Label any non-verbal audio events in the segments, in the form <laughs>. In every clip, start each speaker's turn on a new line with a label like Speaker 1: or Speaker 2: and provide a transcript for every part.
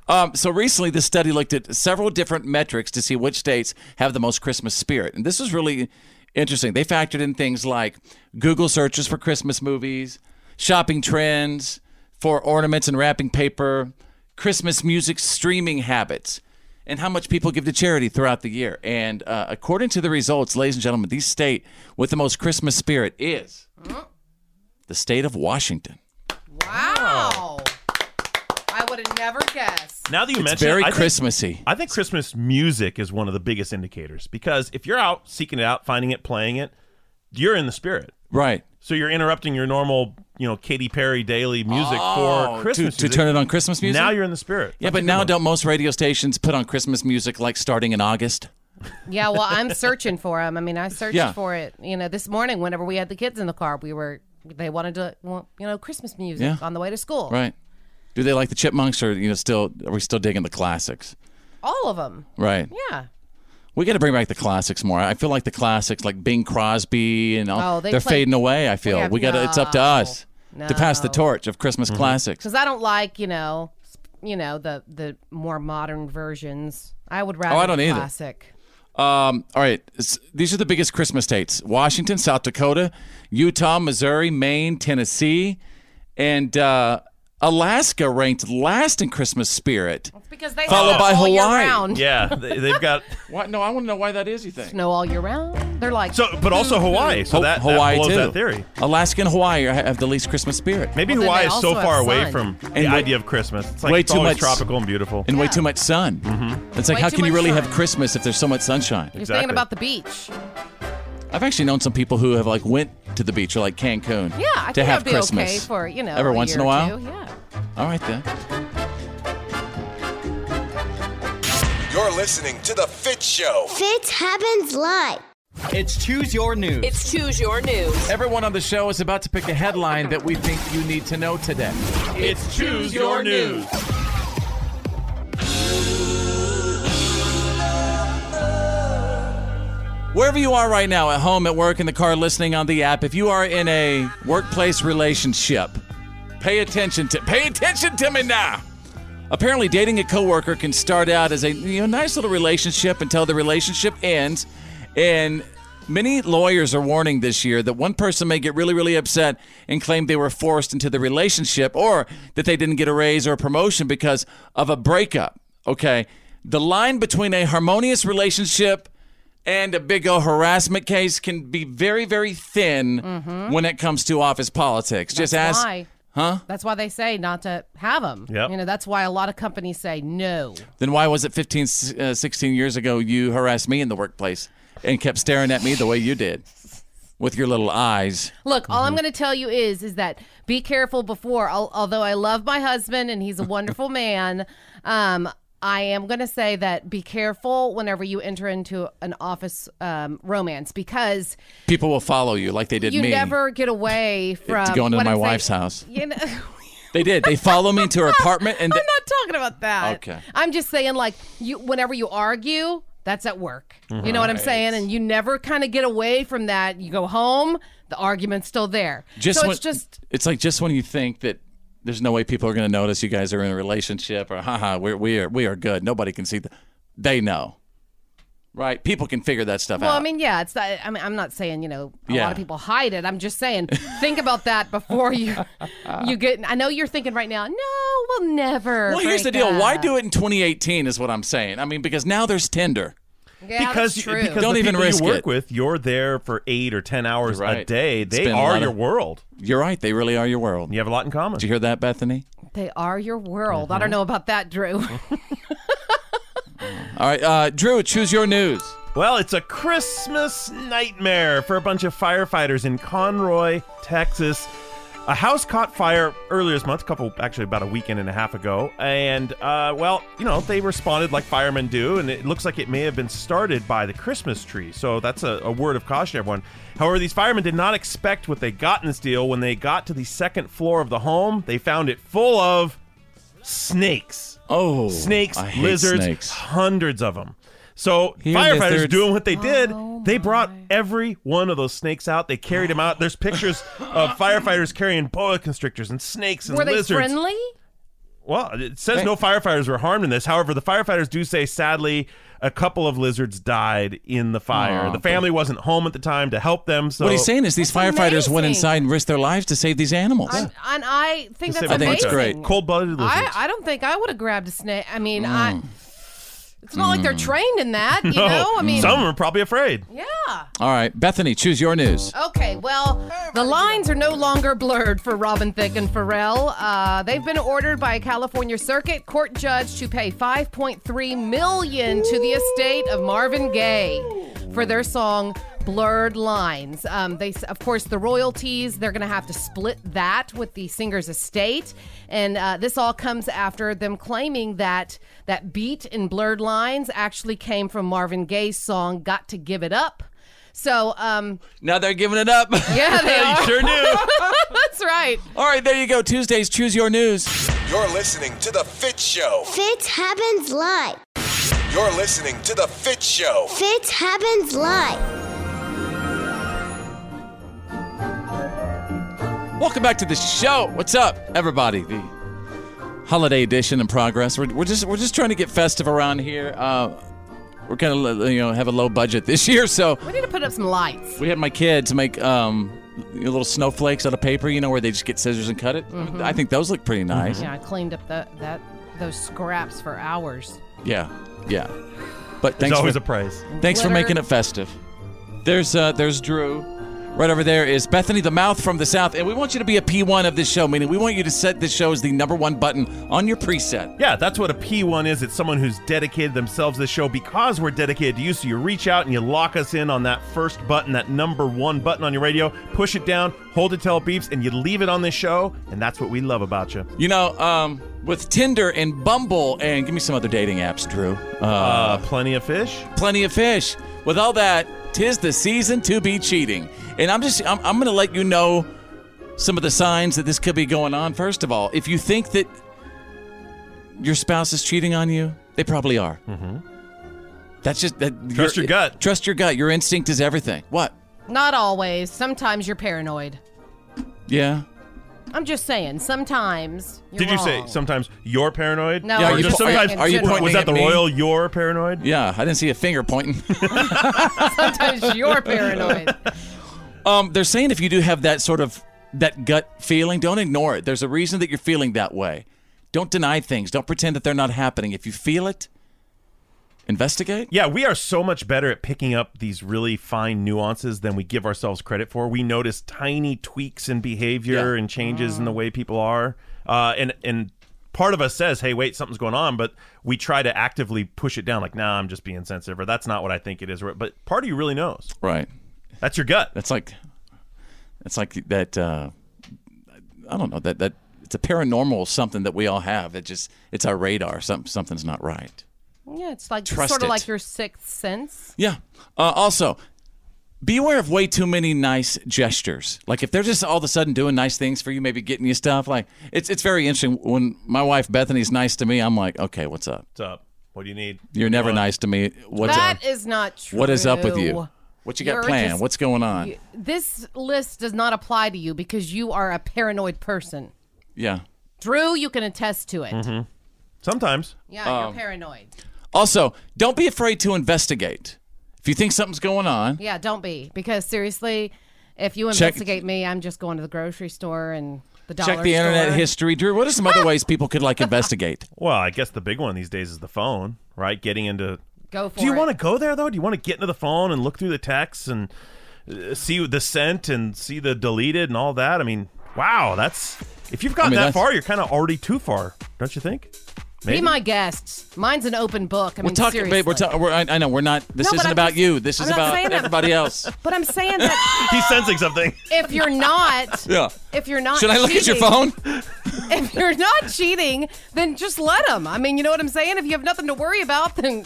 Speaker 1: Um, so recently, this study looked at several different metrics to see which states have the most Christmas spirit, and this is really interesting. They factored in things like Google searches for Christmas movies, shopping trends for ornaments and wrapping paper, Christmas music streaming habits, and how much people give to charity throughout the year. And uh, according to the results, ladies and gentlemen, the state with the most Christmas spirit is the state of Washington.
Speaker 2: Wow. I would have never guessed.
Speaker 3: Now that you
Speaker 1: It's
Speaker 3: mention it,
Speaker 1: very
Speaker 3: I think-
Speaker 1: Christmassy.
Speaker 3: I think Christmas music is one of the biggest indicators because if you're out seeking it out, finding it, playing it, you're in the spirit.
Speaker 1: Right.
Speaker 3: So you're interrupting your normal, you know Katy Perry daily music
Speaker 1: Oh,
Speaker 3: for Christmas
Speaker 1: to, to
Speaker 3: music.
Speaker 1: turn it on Christmas music.
Speaker 3: Now you're in the spirit.
Speaker 1: Yeah, but now don't most radio stations put on Christmas music like starting in August?
Speaker 2: Yeah, well, I'm searching for them. I mean, I searched
Speaker 1: Yeah.
Speaker 2: for it. You know, this morning, whenever we had the kids in the car, we were they wanted to, well, you know, Christmas music
Speaker 1: Yeah.
Speaker 2: on the way to school.
Speaker 1: Right. Do they like the Chipmunks or you know still are we still digging the classics?
Speaker 2: All of them.
Speaker 1: Right.
Speaker 2: Yeah.
Speaker 1: We got to bring back the classics more. I feel like the classics like Bing Crosby and all
Speaker 2: Oh, they
Speaker 1: they are
Speaker 2: play-
Speaker 1: fading away, I feel.
Speaker 2: Yeah,
Speaker 1: we got to it's up to us to pass the
Speaker 2: no.
Speaker 1: torch of Christmas
Speaker 3: Mm-hmm.
Speaker 1: classics.
Speaker 2: Because I don't like, you know, sp- you know the the more modern versions. I would rather
Speaker 1: Oh, I don't
Speaker 2: the
Speaker 1: either.
Speaker 2: classic.
Speaker 1: Um, all right. S- These are the biggest Christmas states Washington, South Dakota, Utah, Missouri, Maine, Tennessee, and uh, Alaska ranked last in Christmas spirit.
Speaker 2: Because they
Speaker 1: Followed
Speaker 2: have
Speaker 1: by
Speaker 2: it all year
Speaker 1: Hawaii.
Speaker 2: round. <laughs>
Speaker 3: Yeah, they, they've got
Speaker 1: What? No, I want to know why that is, you think?
Speaker 2: snow all year round. They're like
Speaker 3: so, but also Hawaii. So
Speaker 1: Ho-
Speaker 3: that, that
Speaker 1: Hawaii
Speaker 3: blows
Speaker 1: too.
Speaker 3: that theory.
Speaker 1: Alaska and Hawaii are, have the least Christmas spirit.
Speaker 3: Maybe
Speaker 2: Well, then
Speaker 3: Hawaii
Speaker 2: they
Speaker 3: is so
Speaker 2: also have
Speaker 3: far away
Speaker 2: sun.
Speaker 3: from the
Speaker 1: And way-
Speaker 3: idea of Christmas. It's like
Speaker 1: way
Speaker 3: it's
Speaker 1: too
Speaker 3: always
Speaker 1: much
Speaker 3: tropical and beautiful.
Speaker 1: and way too much sun. Mm-hmm. It's like,
Speaker 2: Way
Speaker 1: how
Speaker 2: too
Speaker 1: can you
Speaker 2: much
Speaker 1: really
Speaker 2: sun.
Speaker 1: have Christmas if there's so much sunshine?
Speaker 2: You're thinking about the beach.
Speaker 1: I've actually known some people who have like went to the beach or like Cancun.
Speaker 2: Yeah, I
Speaker 1: to
Speaker 2: think
Speaker 1: have
Speaker 2: that'd be
Speaker 1: Christmas
Speaker 2: okay for you know
Speaker 1: every
Speaker 2: a
Speaker 1: once in
Speaker 2: year
Speaker 1: a
Speaker 2: or
Speaker 1: while.
Speaker 2: two, Yeah.
Speaker 1: All right then.
Speaker 4: You're listening to The Fit Show.
Speaker 5: Fit happens live.
Speaker 1: It's choose your news.
Speaker 6: It's Choose Your News.
Speaker 1: Everyone on the show is about to pick a headline that we think you need to know today.
Speaker 3: It's
Speaker 1: Choose Your News. Wherever you are right now, at home, at work, in the car, listening on the app, if you are in a workplace relationship, pay attention to pay attention to me now. Apparently, dating a coworker can start out as a you know nice little relationship until the relationship ends, and many lawyers are warning this year that one person may get really really upset and claim they were forced into the relationship or that they didn't get a raise or a promotion because of a breakup. Okay, the line between a harmonious relationship and a big O harassment case can be very very thin when it comes to office politics. Just
Speaker 2: Mm-hmm. That's
Speaker 1: ask,
Speaker 2: why.
Speaker 1: huh?
Speaker 2: That's why they say not to have them.
Speaker 1: Yep.
Speaker 2: You know, that's why a lot of companies say no.
Speaker 1: then why was it 15, uh, 16 years ago you harassed me in the workplace and kept staring at me the way you did with your little eyes?
Speaker 2: Look, all
Speaker 1: Mm-hmm.
Speaker 2: I'm going to tell you is is that be careful before. Al- Although I love my husband and he's
Speaker 1: <laughs>
Speaker 2: a wonderful man, um, I am going to say that be careful whenever you enter into an office um, romance because
Speaker 1: People will follow you like they did
Speaker 2: you
Speaker 1: me.
Speaker 2: never get away from
Speaker 1: going to
Speaker 2: what
Speaker 1: my
Speaker 2: I say-
Speaker 1: wife's house.
Speaker 2: You know,
Speaker 1: They did. They follow me into her <laughs> apartment and
Speaker 2: <laughs> I'm not talking about that.
Speaker 1: Okay.
Speaker 2: I'm just saying, like, you whenever you argue, that's at work. You know what I'm
Speaker 1: Right.
Speaker 2: saying? And you never kind of get away from that. You go home, the argument's still there.
Speaker 1: just
Speaker 2: so
Speaker 1: when,
Speaker 2: it's just
Speaker 1: it's like just when you think that there's no way people are going to notice you guys are in a relationship or haha we're we are we are good. Nobody can see the they know. Right? People can figure that stuff
Speaker 2: well,
Speaker 1: out.
Speaker 2: I mean, yeah, it's that. I mean, I'm not saying you know a
Speaker 1: Yeah.
Speaker 2: lot of people hide it. I'm
Speaker 1: <laughs>
Speaker 2: just saying think about that before you you get. I know you're thinking right now. No, we'll never.
Speaker 1: well, here's the
Speaker 2: break
Speaker 1: deal. Why
Speaker 2: up."
Speaker 1: do it in 2018 is what I'm saying. I mean, because now there's Tinder.
Speaker 2: Yeah,
Speaker 3: because
Speaker 2: that's
Speaker 3: you-
Speaker 2: true.
Speaker 3: because
Speaker 1: Don't
Speaker 3: the
Speaker 1: even
Speaker 3: people
Speaker 1: risk
Speaker 3: you work
Speaker 1: it.
Speaker 3: with, you're there for eight or ten hours a
Speaker 1: Right.
Speaker 3: day. They
Speaker 1: Spend a
Speaker 3: are
Speaker 1: lot
Speaker 3: your
Speaker 1: of-
Speaker 3: world.
Speaker 1: You're right. They really are your world.
Speaker 3: You have a lot in common.
Speaker 1: Did you hear that, Bethany?
Speaker 2: they are your world. I don't
Speaker 1: Mm-hmm.
Speaker 2: know about
Speaker 1: <laughs>
Speaker 2: that, Drew. <laughs>
Speaker 1: All right, uh, Drew, choose your news.
Speaker 3: Well, it's a Christmas nightmare for a bunch of firefighters in Conroy, Texas. A house caught fire earlier this month, a couple, actually about a weekend and a half ago. And, uh, well, you know, they responded like firemen do, and it looks like it may have been started by the Christmas tree. So that's a, a word of caution, everyone. However, these firemen did not expect what they got in this deal. When they got to the second floor of the home, they found it full of snakes.
Speaker 1: Oh,
Speaker 3: snakes,
Speaker 1: I hate
Speaker 3: lizards,
Speaker 1: snakes.
Speaker 3: hundreds of them. So
Speaker 1: and
Speaker 3: firefighters
Speaker 1: lizards.
Speaker 3: doing what they
Speaker 2: Oh
Speaker 3: did, they brought every one of those snakes out. They carried them out.
Speaker 2: <gasps>
Speaker 3: There's pictures of firefighters carrying boa constrictors and snakes and
Speaker 2: Were they
Speaker 3: lizards.
Speaker 2: friendly?
Speaker 3: Well, it says no firefighters were harmed in this. However, the firefighters do say, sadly, a couple of lizards died in the fire.
Speaker 1: Aw,
Speaker 3: the family wasn't home at the time to help them. So
Speaker 1: what he's saying is these firefighters went
Speaker 2: amazing.
Speaker 1: inside and risked their lives to save these animals.
Speaker 2: And I think that's
Speaker 1: I
Speaker 2: amazing.
Speaker 1: think it's great.
Speaker 3: Cold blooded
Speaker 2: I, I don't think I would have grabbed a snake. I mean,
Speaker 1: Mm.
Speaker 2: I. It's not like they're trained in that,
Speaker 1: <laughs>
Speaker 2: you know. I mean,
Speaker 3: Oh, some of them are
Speaker 2: <laughs>
Speaker 3: probably afraid.
Speaker 2: yeah.
Speaker 1: All right, Bethany, choose your news.
Speaker 2: Okay, well, the lines are no longer blurred for Robin Thicke and Pharrell. Uh, they've been ordered by a California circuit court judge to pay 5.3 million to the estate of Marvin Gaye for their song blurred lines. Um, they, s- of course, the royalties they're going to have to split that with the singer's estate, and uh, this all comes after them claiming that that beat in blurred lines actually came from Marvin Gaye's song "Got to Give It Up." So, um,
Speaker 1: Now they're giving it up.
Speaker 2: yeah, they are.
Speaker 1: sure do.
Speaker 2: <laughs> That's right.
Speaker 1: <laughs> All right, there you go. Tuesdays, choose your news.
Speaker 4: You're listening to The Fit Show.
Speaker 5: Fitz happens live.
Speaker 4: You're listening to The Fit Show.
Speaker 5: Fitz happens live.
Speaker 1: Welcome back to the show. What's up, everybody? The holiday edition in progress. We're, we're just we're just trying to get festive around here. Uh, we're kind of you know have a low budget this <laughs> year, so
Speaker 2: We need to put up some lights.
Speaker 1: we had my kids make um, little snowflakes out of paper. You know where they just get scissors and cut it.
Speaker 2: Mhm.
Speaker 1: I think those look pretty nice.
Speaker 2: Yeah, I cleaned up the, that those scraps for hours.
Speaker 1: Yeah, yeah. But
Speaker 3: There's
Speaker 1: thanks
Speaker 3: always
Speaker 1: for,
Speaker 3: a prize.
Speaker 1: Thanks for
Speaker 2: Glitter.
Speaker 1: making it festive. There's uh, there's Drew. Right over there is Bethany the Mouth from the South, and we want you to be a P1 of this show, meaning we want you to set this show as the number one button on your preset.
Speaker 3: Yeah, that's what a P1 is. It's someone who's dedicated themselves to the show because we're dedicated to you. So you reach out and you lock us in on that first button, that number one button on your radio, push it down, hold it till it beeps, and you leave it on this show. And that's what we love about you.
Speaker 1: You know, um, with Tinder and Bumble, and give me some other dating apps, Drew. Uh,
Speaker 3: plenty of fish.
Speaker 1: Plenty of fish. With all that, tis the season to be cheating, and I'm just I'm, I'm going to let you know some of the signs that this could be going on. First of all, if you think that your spouse is cheating on you, they probably are.
Speaker 3: Mm-hmm.
Speaker 1: That's just that.
Speaker 3: Trust your
Speaker 1: gut. Trust your gut. Your instinct is everything. What?
Speaker 2: Not always. Sometimes you're paranoid.
Speaker 1: Yeah.
Speaker 2: I'm just saying. Sometimes. You're
Speaker 3: Did you say
Speaker 2: wrong.
Speaker 3: sometimes you're paranoid?
Speaker 2: No, Yeah, I
Speaker 1: are was you
Speaker 3: just
Speaker 1: just po- are you-
Speaker 3: sometimes
Speaker 1: are you pointing
Speaker 3: was that
Speaker 1: at
Speaker 3: the
Speaker 1: me?
Speaker 3: royal you're paranoid?
Speaker 1: Yeah, I didn't see a finger pointing. <laughs>
Speaker 2: sometimes you're paranoid?
Speaker 1: Um, they're saying if you do have that sort of that gut feeling, don't ignore it. There's a reason that you're feeling that way. Don't deny things. Don't pretend that they're not happening. If you feel it, investigate.
Speaker 3: Yeah, we are so much better at picking up these really fine nuances than we give ourselves credit for. We notice tiny tweaks in behavior and changes in the way people are, uh, and and part of us says, "Hey, wait, something's going on," but we try to actively push it down, like, "Nah, I'm just being sensitive," or "That's not what I think it is." Or, but part of you really knows.
Speaker 1: Right.
Speaker 3: That's your gut.
Speaker 1: That's like that's like that uh I don't know, that that it's a paranormal something that we all have. It just it's our radar. Some, something's not right.
Speaker 2: Yeah, it's like
Speaker 1: Trust
Speaker 2: sort of
Speaker 1: it.
Speaker 2: like your sixth sense.
Speaker 1: Yeah. Uh, also, beware of way too many nice gestures. Like if they're just all of a sudden doing nice things for you, maybe getting you stuff. Like it's it's very interesting when my wife Bethany's nice to me. I'm like, okay, what's up?
Speaker 3: What's up? What do you need?
Speaker 1: You're never nice to me. What's
Speaker 2: That
Speaker 1: up?
Speaker 2: is not true.
Speaker 1: What is up with you? What you got
Speaker 2: You're
Speaker 1: planned?
Speaker 2: just-
Speaker 1: What's going on?
Speaker 2: You- This list does not apply to you because you are a paranoid person.
Speaker 1: yeah.
Speaker 2: Drew, you can attest to it.
Speaker 3: Sometimes.
Speaker 2: Yeah,
Speaker 1: Um,
Speaker 2: you're paranoid.
Speaker 1: Also, don't be afraid to investigate. If you think something's going on,
Speaker 2: Yeah, don't be because seriously, if you
Speaker 1: Check-
Speaker 2: investigate me, I'm just going to the grocery store and the dollar
Speaker 1: check the internet
Speaker 2: store.
Speaker 1: history. Drew, what are some
Speaker 2: <laughs>
Speaker 1: other ways people could like investigate?
Speaker 3: Well, I guess the big one these days is the phone, right? Getting into
Speaker 2: Go for
Speaker 3: Do you
Speaker 2: it.
Speaker 3: want to go there though? Do you want to get into the phone and look through the texts and uh, see the sent and see the deleted and all that? I mean, wow, that's if you've gotten
Speaker 1: mean,
Speaker 3: that
Speaker 1: that's-
Speaker 3: far, you're kind of already too far, don't you think?
Speaker 2: Be my guest. Mine's an open book. I mean,
Speaker 1: we're talking,
Speaker 2: seriously.
Speaker 1: babe. We're talking. We're, I, I know we're not. This
Speaker 2: No, but
Speaker 1: isn't
Speaker 2: I'm
Speaker 1: about
Speaker 2: just-
Speaker 1: you. This
Speaker 2: I'm
Speaker 1: is
Speaker 2: not
Speaker 1: about
Speaker 2: saying that.
Speaker 1: everybody else.
Speaker 2: But I'm saying that
Speaker 3: He's sensing something.
Speaker 1: <laughs>
Speaker 2: if you're not,
Speaker 1: Yeah.
Speaker 2: if you're not,
Speaker 1: Should I look at your
Speaker 2: cheating-
Speaker 1: phone?
Speaker 2: <laughs> If you're not cheating, then just let them. I mean, you know what I'm saying. If you have nothing to worry about, then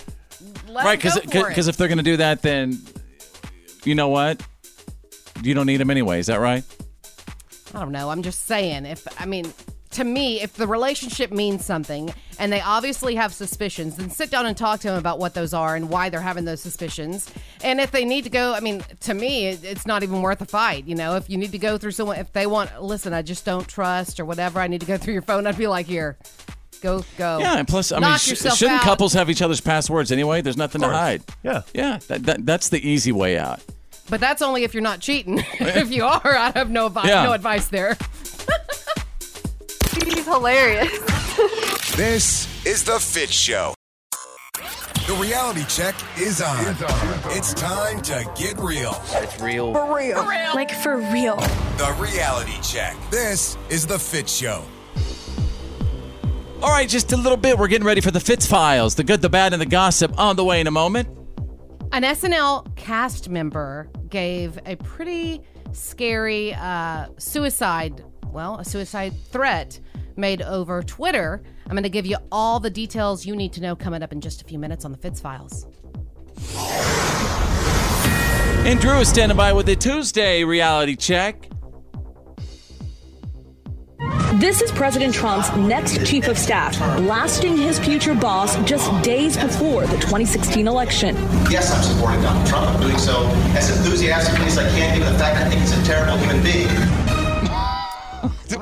Speaker 2: let
Speaker 1: right,
Speaker 2: because
Speaker 1: because if they're going to do that, then you know what? You don't need them anyway. Is that right?
Speaker 2: I don't know. I'm just saying. If I mean, to me, if the relationship means something and they obviously have suspicions, then sit down and talk to them about what those are and why they're having those suspicions. And if they need to go, I mean, to me, it, it's not even worth a fight. You know, if you need to go through someone, if they want, listen, I just don't trust or whatever. I need to go through your phone. I'd be like, here, go, go.
Speaker 1: Yeah, and plus, I mean,
Speaker 2: Oh. Knock
Speaker 1: sh-
Speaker 2: yourself
Speaker 1: shouldn't
Speaker 2: out.
Speaker 1: couples have each other's passwords anyway? There's nothing to hide.
Speaker 3: Yeah,
Speaker 1: yeah. That, that, that's the easy way out.
Speaker 2: But that's only if you're not cheating. <laughs> if you are, I have no advice.
Speaker 1: Yeah.
Speaker 2: No advice there. <laughs> She's hilarious.
Speaker 4: This is The Fit Show. The reality check is on. It's, time to get real. It's real.
Speaker 7: real. Like for real.
Speaker 4: The reality check. This is The Fit Show.
Speaker 1: All right, just a little bit. We're getting ready for the Fitz files, the good, the bad, and the gossip. On the way in a moment.
Speaker 2: An SNL cast member gave a pretty scary uh, suicide, well, a suicide threat made over Twitter. I'm going to give you all the details you need to know coming up in just a few minutes on the Fitz Files.
Speaker 1: And Drew is standing by with a Tuesday reality check.
Speaker 8: This is President Trump's next chief of staff, blasting his future boss just days before the 2016 election.
Speaker 9: Yes, I'm supporting Donald Trump. I'm doing so as enthusiastically as I can, given the fact I think he's a terrible human being.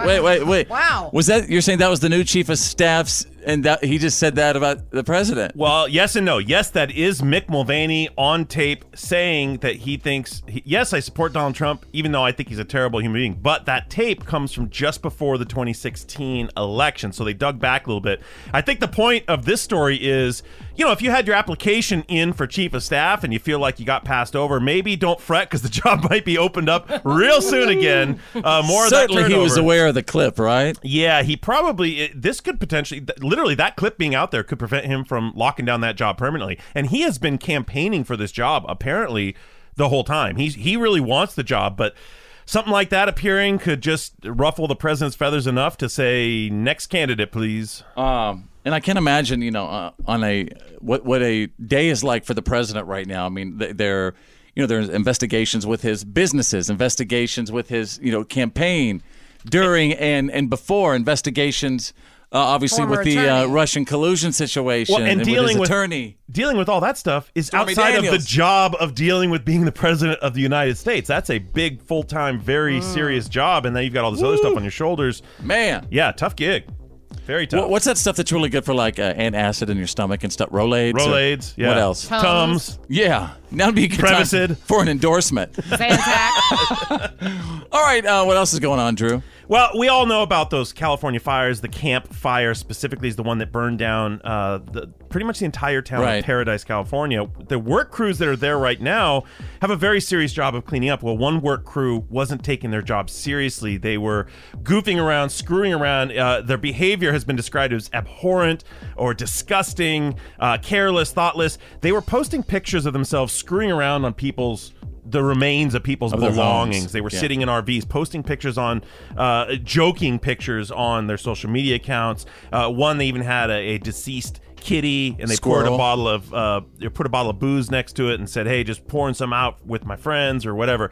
Speaker 1: Wait, wait, wait.
Speaker 2: Wow.
Speaker 1: Was that you're saying that was the new chief of staffs and that he just said that about the president?
Speaker 3: <laughs> Well, yes and no. Yes, that is Mick Mulvaney on tape saying that he thinks, he- yes, I support Donald Trump, even though I think he's a terrible human being. But that tape comes from just before the 2016 election. So they dug back a little bit. I think the point of this story is, you know, if you had your application in for chief of staff and you feel like you got passed over, maybe don't fret because the <laughs> job might be opened up real soon again. Uh, more
Speaker 1: Certainly
Speaker 3: of that
Speaker 1: he was
Speaker 3: turnover.
Speaker 1: aware of the clip, right?
Speaker 3: Yeah, he probably it- this could potentially th- literally that clip being out there could prevent him from locking down that job permanently. And he has been campaigning for this job apparently the whole time. He's he really wants the job, but something like that appearing could just ruffle the president's feathers enough to say next candidate please.
Speaker 1: Um and I can't imagine, you know, uh, on a what what a day is like for the president right now. I mean, th- there, you know, there's investigations with his businesses, investigations with his, you know, campaign during and and before investigations. Uh, obviously,
Speaker 3: Former
Speaker 1: with the uh,
Speaker 3: attorney.
Speaker 1: Russian collusion situation
Speaker 3: Well, and
Speaker 1: with
Speaker 3: dealing
Speaker 1: his
Speaker 3: with-
Speaker 1: attorney,
Speaker 3: Dealing with all that stuff is
Speaker 1: Stormy
Speaker 3: outside of
Speaker 1: Daniels.
Speaker 3: the job of dealing with being the president of the United States. That's a big full-time very
Speaker 1: Mm.
Speaker 3: serious job and then you've got all this other stuff on your shoulders.
Speaker 1: Man.
Speaker 3: Yeah, tough gig. Very tough.
Speaker 1: Wha- what's that stuff that's really good for like uh, antacid in your stomach and stuff? Rolades. or
Speaker 3: Rolaids, yeah.
Speaker 1: What else?
Speaker 3: Tums. Tums.
Speaker 1: Yeah. Now would be a good time
Speaker 3: Prevacid.
Speaker 1: for an endorsement. <laughs> All right, uh, what else is going on, Drew?
Speaker 3: Well, we all know about those California fires. The Camp Fire specifically is the one that burned down uh, the, pretty much the entire town
Speaker 1: Right.
Speaker 3: of Paradise, California. The work crews that are there right now have a very serious job of cleaning up. Well, one work crew wasn't taking their job seriously. They were goofing around, screwing around. Uh, their behavior has been described as abhorrent or disgusting, uh, careless, thoughtless. They were posting pictures of themselves screwing around on people's. The remains of people's
Speaker 1: Of their homes.
Speaker 3: belongings. They were
Speaker 1: Yeah.
Speaker 3: sitting in RVs, posting pictures on, uh, joking pictures on their social media accounts. Uh, one, they even had a, a deceased kitty, and they poured a
Speaker 1: Squirrel.
Speaker 3: bottle of, uh, they put a bottle of booze next to it, and said, "Hey, just pouring some out with my friends or whatever."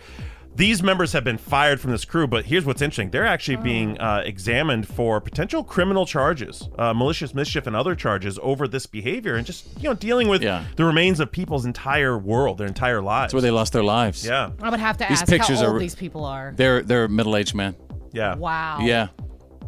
Speaker 3: These members have been fired from this crew, but here's what's interesting: they're actually being uh, examined for potential criminal charges, uh, malicious mischief, and other charges over this behavior, and just you know dealing with the remains of people's entire world, their entire lives. That's
Speaker 1: where they lost their lives.
Speaker 3: Yeah,
Speaker 2: I would have to
Speaker 1: These
Speaker 2: ask how
Speaker 1: pictures
Speaker 2: old
Speaker 1: are-
Speaker 2: these people are.
Speaker 1: They're they're middle aged men.
Speaker 3: Yeah.
Speaker 2: Wow.
Speaker 1: Yeah.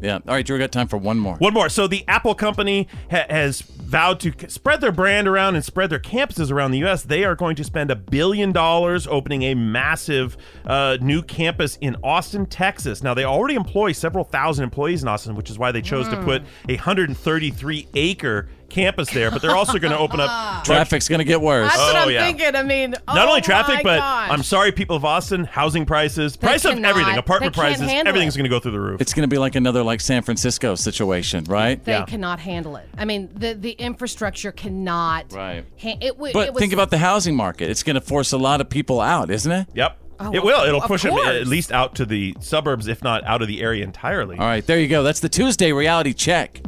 Speaker 1: Yeah. All right, Drew, we got time for one more.
Speaker 3: One more. So the Apple company ha- has vowed to c- spread their brand around and spread their campuses around the U.S. They are going to spend a billion dollars opening a massive uh, new campus in Austin, Texas. Now they already employ several thousand employees in Austin, which is why they chose to
Speaker 2: Hmm.
Speaker 1: Mm.
Speaker 3: put a 133 acre campus there. But they're also going to
Speaker 2: <laughs>
Speaker 3: open up
Speaker 1: Traffic's going to get worse.
Speaker 2: That's what
Speaker 3: Oh,
Speaker 2: I'm
Speaker 3: yeah.
Speaker 2: thinking. I mean,
Speaker 3: Not
Speaker 2: oh
Speaker 3: only traffic,
Speaker 2: my
Speaker 3: but
Speaker 2: gosh.
Speaker 3: I'm sorry, people of Austin, housing prices,
Speaker 2: They
Speaker 3: price of
Speaker 2: cannot-
Speaker 3: everything,
Speaker 2: they
Speaker 3: apartment
Speaker 2: can't
Speaker 3: prices,
Speaker 2: handle
Speaker 3: everything's
Speaker 2: it.
Speaker 3: going to go through the roof.
Speaker 1: It's going to be like another like San Francisco situation, right?
Speaker 2: they cannot handle it. I mean, the the infrastructure cannot.
Speaker 1: Right.
Speaker 2: ha- it, w-
Speaker 1: But
Speaker 2: it was,
Speaker 1: think about the housing market. It's going to force a lot of people out, isn't it?
Speaker 3: Yep.
Speaker 2: Oh,
Speaker 3: it will.
Speaker 2: of-
Speaker 3: It'll
Speaker 2: of
Speaker 3: push them
Speaker 2: course.
Speaker 3: at least out to the suburbs, if not out of the area entirely.
Speaker 1: All right, there you go. That's the Tuesday reality check.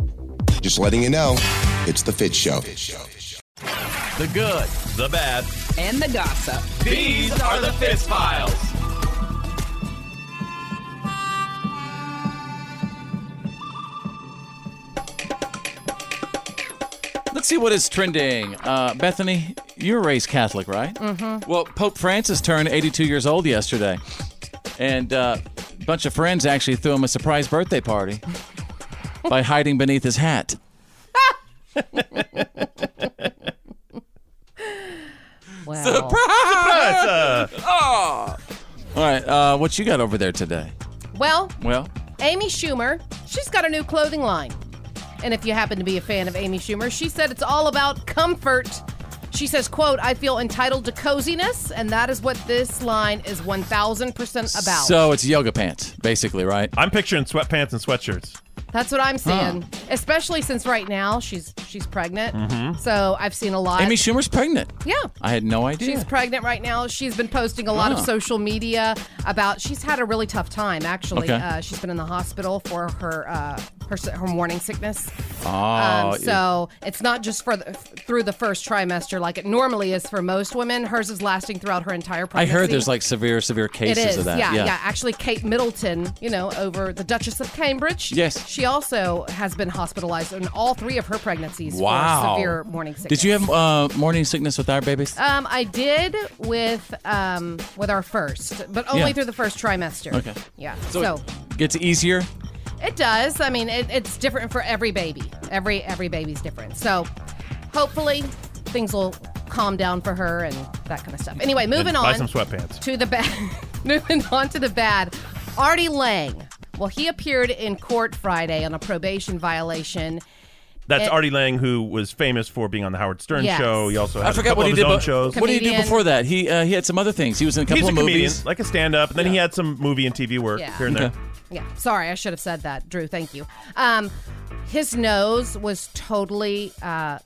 Speaker 4: Just letting you know, it's the Fit Show.
Speaker 1: The good,
Speaker 3: the bad,
Speaker 10: and the gossip.
Speaker 11: These are the Fitz Files.
Speaker 1: Let's see what is trending. Uh, Bethany, you're raised Catholic, right?
Speaker 2: Mm-hmm.
Speaker 11: Mhm.
Speaker 1: Well, Pope Francis turned 82 years old yesterday, and uh, a bunch of friends actually threw him a surprise birthday party by hiding beneath his hat. <laughs>
Speaker 11: Surprise!
Speaker 2: Uh,
Speaker 1: oh. All right, uh, what you got over there today?
Speaker 2: well,
Speaker 1: Well,
Speaker 2: Amy Schumer, she's got a new clothing line. And if you happen to be a fan of Amy Schumer, she said it's all about comfort. She says, quote, I feel entitled to coziness, and that is what this line is 1000% about.
Speaker 1: so it's yoga pants, basically, right?
Speaker 3: I'm picturing sweatpants and sweatshirts.
Speaker 2: That's what I'm saying. especially since right now she's she's pregnant.
Speaker 1: Mhm.
Speaker 2: So I've seen a lot.
Speaker 1: Amy Schumer's pregnant.
Speaker 2: Yeah.
Speaker 1: I had no idea.
Speaker 2: She's pregnant right now. She's been posting a lot of
Speaker 1: Ah.
Speaker 2: social media about. She's had a really tough time, actually.
Speaker 1: Okay.
Speaker 2: Uh, she's been in the hospital for her uh, her, s- her morning sickness.
Speaker 1: oh, yeah.
Speaker 2: um, so it's not just for the, through the first trimester like it normally is for most women. Hers is lasting throughout her entire
Speaker 1: I
Speaker 2: pregnancy.
Speaker 1: heard there's like severe, severe cases
Speaker 2: it is,
Speaker 1: of that.
Speaker 2: Yeah, yeah, Actually, Kate Middleton, you know, over the Duchess of Cambridge.
Speaker 1: Yes.
Speaker 2: She also has been hospitalized in all three of her pregnancies
Speaker 1: Wow.
Speaker 2: for severe morning sickness.
Speaker 1: Did you have uh, morning sickness with our babies?
Speaker 2: Um, I did with um with our first, but only
Speaker 1: Yeah.
Speaker 2: through the first trimester.
Speaker 1: Okay.
Speaker 2: Yeah.
Speaker 1: So
Speaker 2: So,
Speaker 1: Gets easier.
Speaker 2: it does. I mean, it, it's different for every baby. Every every baby's different. So hopefully things will calm down for her and that kind of stuff. Anyway, moving
Speaker 3: And
Speaker 2: on
Speaker 3: Buy some sweatpants.
Speaker 2: to the bad. <laughs> moving on to the bad. Artie Lang. Well, he appeared in court Friday on a probation violation.
Speaker 3: That's
Speaker 2: It-
Speaker 3: Artie Lang, who was famous for being on the Howard Stern
Speaker 2: Yes.
Speaker 3: show. He also had
Speaker 1: I
Speaker 3: a
Speaker 1: forgot
Speaker 3: couple
Speaker 1: what he
Speaker 3: of
Speaker 1: did.
Speaker 3: his own
Speaker 1: be-
Speaker 3: shows.
Speaker 1: What did he do
Speaker 2: Comedian.
Speaker 1: before that? He uh, he had some other things. He was in a couple
Speaker 3: He's a
Speaker 1: of
Speaker 3: comedian,
Speaker 1: movies.
Speaker 3: like a stand-up, and then he had some movie and TV work
Speaker 2: Yeah.
Speaker 3: here and there.
Speaker 1: Okay.
Speaker 2: Yeah, sorry, I should have said that, Drew. Thank you. Um, his nose was totally uh,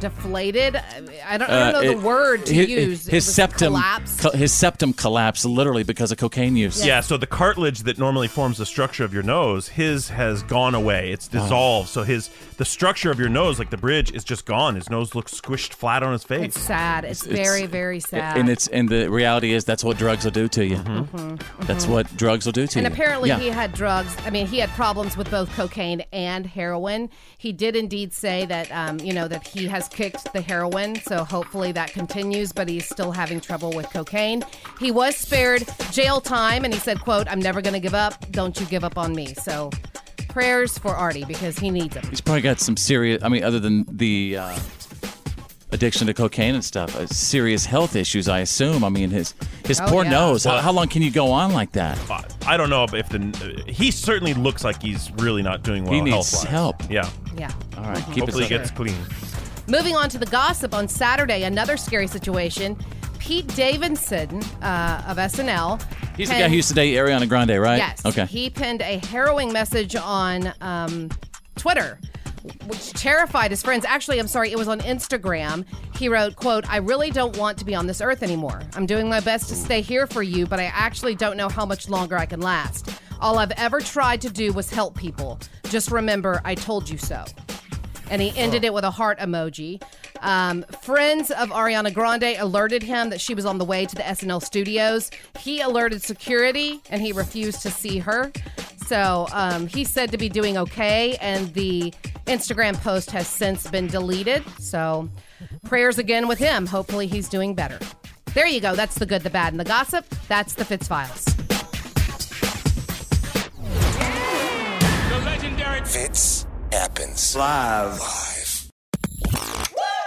Speaker 2: deflated. I don't, I don't know
Speaker 1: Uh, it-
Speaker 2: the word to
Speaker 1: his,
Speaker 2: use. It
Speaker 1: His
Speaker 2: was
Speaker 1: septum
Speaker 2: collapsed.
Speaker 1: co- his septum collapsed literally because of cocaine use.
Speaker 3: Yeah, so the cartilage that normally forms the structure of your nose, his has gone away. It's
Speaker 2: Oh.
Speaker 3: dissolved. So his the structure of your nose, like the bridge, is just gone. His nose looks squished flat on his face.
Speaker 2: It's sad. It's,
Speaker 1: It's-
Speaker 2: very, very sad.
Speaker 1: And it's and the reality is that's what drugs will do to you.
Speaker 2: Mhm,
Speaker 1: That's
Speaker 2: mhm.
Speaker 1: what drugs will do to
Speaker 2: And
Speaker 1: you.
Speaker 2: apparently
Speaker 1: Yeah.
Speaker 2: he had drugs. I mean, he had problems with both cocaine and heroin. He did indeed say that, um, you know, that he has kicked the heroin, so hopefully that continues. But he's still having trouble with cocaine. He was spared jail time, and he said, "quote I'm never going to give up. Don't you give up on me." So, prayers for Artie because he needs them.
Speaker 1: He's probably got some serious. I mean, other than the uh, addiction to cocaine and stuff, uh, serious health issues. I assume. I mean, his his
Speaker 3: Oh,
Speaker 1: poor
Speaker 3: yeah.
Speaker 1: nose. How,
Speaker 3: Well-
Speaker 1: how long can you go on like that?
Speaker 3: I don't know if the he certainly looks like he's really not doing well.
Speaker 1: He needs help.
Speaker 3: Yeah.
Speaker 2: Yeah.
Speaker 1: All right.
Speaker 3: Mhm.
Speaker 1: Keep
Speaker 3: Hopefully
Speaker 1: us
Speaker 3: he gets clean.
Speaker 2: Moving on to the gossip on Saturday, another scary situation. Pete Davidson uh, of SNL.
Speaker 1: He's the guy who used to date Ariana Grande, right?
Speaker 2: Yes.
Speaker 1: Okay.
Speaker 2: He pinned a harrowing message on um, Twitter, which terrified his friends. Actually, I'm sorry, it was on Instagram. He wrote, "quote I really don't want to be on this earth anymore. I'm doing my best to stay here for you, but I actually don't know how much longer I can last. All I've ever tried to do was help people. Just remember, I told you so." And he ended it with a heart emoji. Um, friends of Ariana Grande alerted him that she was on the way to the SNL studios. He alerted security and he refused to see her. So um, he's said to be doing okay. And the Instagram post has since been deleted. So prayers again with him. Hopefully he's doing better. There you go. That's the good, the bad, and the gossip. That's the Fitz Files.
Speaker 11: The legendary
Speaker 4: Fitz happens live. Live.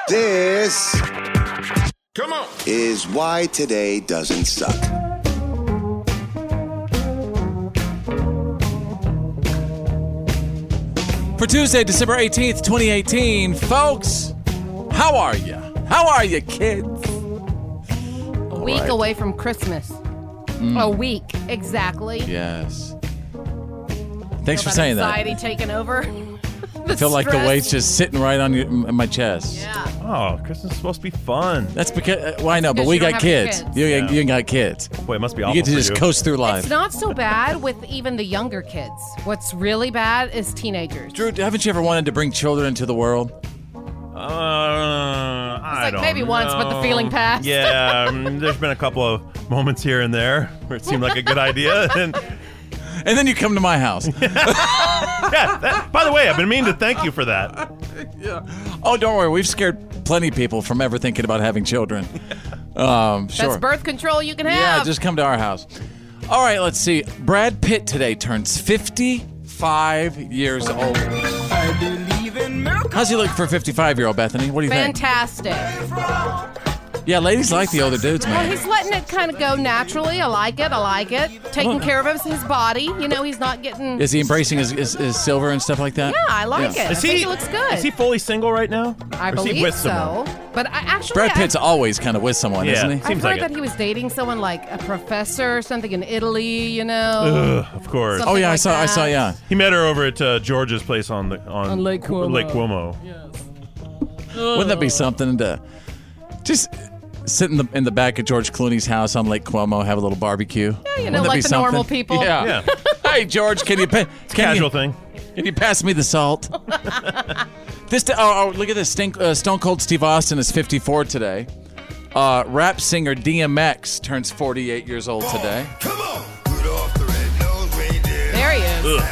Speaker 4: This. Come on. Is why today doesn't suck.
Speaker 1: For Tuesday, December 18th, 2018, folks, how are you? How are you, kids?
Speaker 2: A week
Speaker 1: right.
Speaker 2: away from Christmas.
Speaker 1: Mm.
Speaker 2: A week, exactly.
Speaker 1: Yes. Thanks for
Speaker 2: Feel
Speaker 1: saying that.
Speaker 2: anxiety taking <laughs> over.
Speaker 1: I feel like the
Speaker 2: stress.
Speaker 1: weight's just sitting right on your, m- my chest.
Speaker 3: Oh, Christmas is supposed to be fun.
Speaker 1: That's because, well, I know, but
Speaker 2: Because
Speaker 1: we
Speaker 2: you don't
Speaker 1: got
Speaker 2: have your
Speaker 1: kids.
Speaker 2: kids.
Speaker 1: You, you got kids.
Speaker 3: Boy, it must be
Speaker 1: You
Speaker 3: awful
Speaker 1: get to
Speaker 3: for
Speaker 1: just
Speaker 3: you.
Speaker 1: coast through life.
Speaker 2: It's not so bad with even the younger kids. What's really bad is teenagers.
Speaker 1: Drew, haven't you ever wanted to bring children into the world?
Speaker 3: Uh, I
Speaker 2: like
Speaker 3: don't
Speaker 2: maybe once, but the
Speaker 3: know.
Speaker 2: feeling passed.
Speaker 3: Yeah, um, there's been a couple of moments here and there where it seemed like a good idea, <laughs> and
Speaker 1: and then you come to my
Speaker 3: <laughs>
Speaker 1: house.
Speaker 3: yeah. that- by the way, I've been meaning to thank you for that.
Speaker 1: Oh, don't worry. We've scared plenty of people from ever thinking about having
Speaker 3: <laughs>
Speaker 1: children. Um, sure.
Speaker 2: Best birth control you can
Speaker 1: Yeah,
Speaker 2: have.
Speaker 1: just come to our house. All right, let's see. Brad Pitt today turns 55 years old. How's he look for 55 year old, Bethany? What do you
Speaker 2: Fantastic.
Speaker 1: think? Yeah, ladies like the older dudes,
Speaker 2: Well,
Speaker 1: man.
Speaker 2: he's letting it kind of go naturally. I like it. I like it. Taking care of his, his body. You know, he's not getting.
Speaker 1: Is he embracing his, his, his silver and stuff like that?
Speaker 2: Yeah, I like it. I
Speaker 3: Is
Speaker 2: think
Speaker 3: he-
Speaker 2: he looks good.
Speaker 3: Is he fully single right now?
Speaker 2: I
Speaker 3: Or is he
Speaker 2: believe
Speaker 3: with
Speaker 2: so.
Speaker 3: someone?
Speaker 2: But But I actually
Speaker 1: Brad
Speaker 2: I-
Speaker 1: Pitt's always kind of with someone, isn't he?
Speaker 2: I've heard that he was dating someone like a professor or something in Italy, you know.
Speaker 3: Ugh, of course.
Speaker 2: Something Oh, yeah, I like saw- I that. saw,
Speaker 1: Yeah.
Speaker 3: He met her over at uh, George's place on the on,
Speaker 2: On Lake Cuomo.
Speaker 3: Lake Cuomo.
Speaker 1: Wouldn't that be something to just sit in the in the back of George Clooney's house on Lake Cuomo, have a little barbecue? Yeah,
Speaker 2: you know, like the normal people.
Speaker 1: Yeah. hey, George, can you pa- can
Speaker 3: <laughs> casual
Speaker 1: you,
Speaker 3: thing?
Speaker 1: Can you pass me the
Speaker 2: <laughs>
Speaker 1: salt? this oh, oh look at this. Stink, uh, Stone Cold Steve Austin is 54 today. Uh, rap singer DMX turns 48 years old today.
Speaker 2: There he is.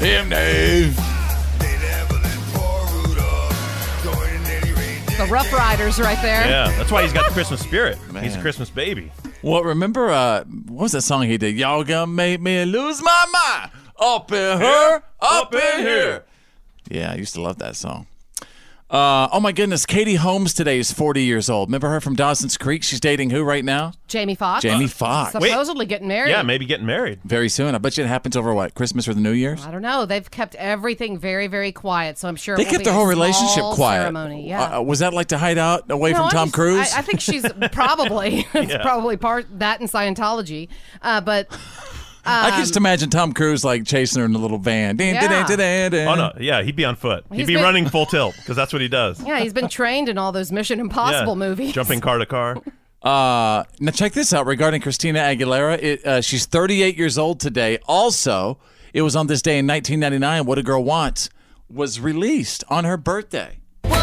Speaker 1: Him, Dave.
Speaker 2: The Rough Riders right there.
Speaker 3: Yeah, that's why he's got the Christmas spirit. He's a
Speaker 1: Man.
Speaker 3: Christmas baby.
Speaker 1: Well, remember uh, what was that song he did? Y'all gonna make me lose my mind up in her, up in here. Yeah, I used to love that song. Uh, oh my goodness, Katie Holmes today is 40 years old. Remember her from Dawson's Creek? She's dating who right now?
Speaker 2: Jamie Foxx.
Speaker 1: Jamie Foxx.
Speaker 2: Supposedly getting married.
Speaker 1: maybe getting married very soon. I bet you it happens over what Christmas or the New Year's.
Speaker 2: I don't know. They've kept everything very, very quiet, so I'm sure it
Speaker 1: They
Speaker 2: will
Speaker 1: kept
Speaker 2: be
Speaker 1: their
Speaker 2: a
Speaker 1: whole relationship
Speaker 2: small
Speaker 1: quiet.
Speaker 2: Ceremony, yeah.
Speaker 1: Uh, uh, was that like to hide out away
Speaker 2: No,
Speaker 1: from
Speaker 2: I
Speaker 1: Tom
Speaker 2: just-
Speaker 1: Cruise?
Speaker 2: I, um, I
Speaker 1: <laughs>
Speaker 2: think she's probably <laughs> it's
Speaker 1: Yeah.
Speaker 2: probably part that and Scientology, uh, but um,
Speaker 1: I can just imagine Tom Cruise like chasing her in a little van. Dun, dun, dun, dun, dun, dun.
Speaker 3: Oh no, yeah, he'd be on foot.
Speaker 2: He's
Speaker 3: he'd be
Speaker 2: been-
Speaker 3: running full tilt because that's what he does.
Speaker 2: yeah, he's been trained in all those Mission <laughs> Impossible movies.
Speaker 1: car to car. Uh, now check this out regarding Christina Aguilera. It, uh, she's 38 years old today. Also, it was on this day in 1999. What a girl wants was released on her birthday.
Speaker 2: <laughs>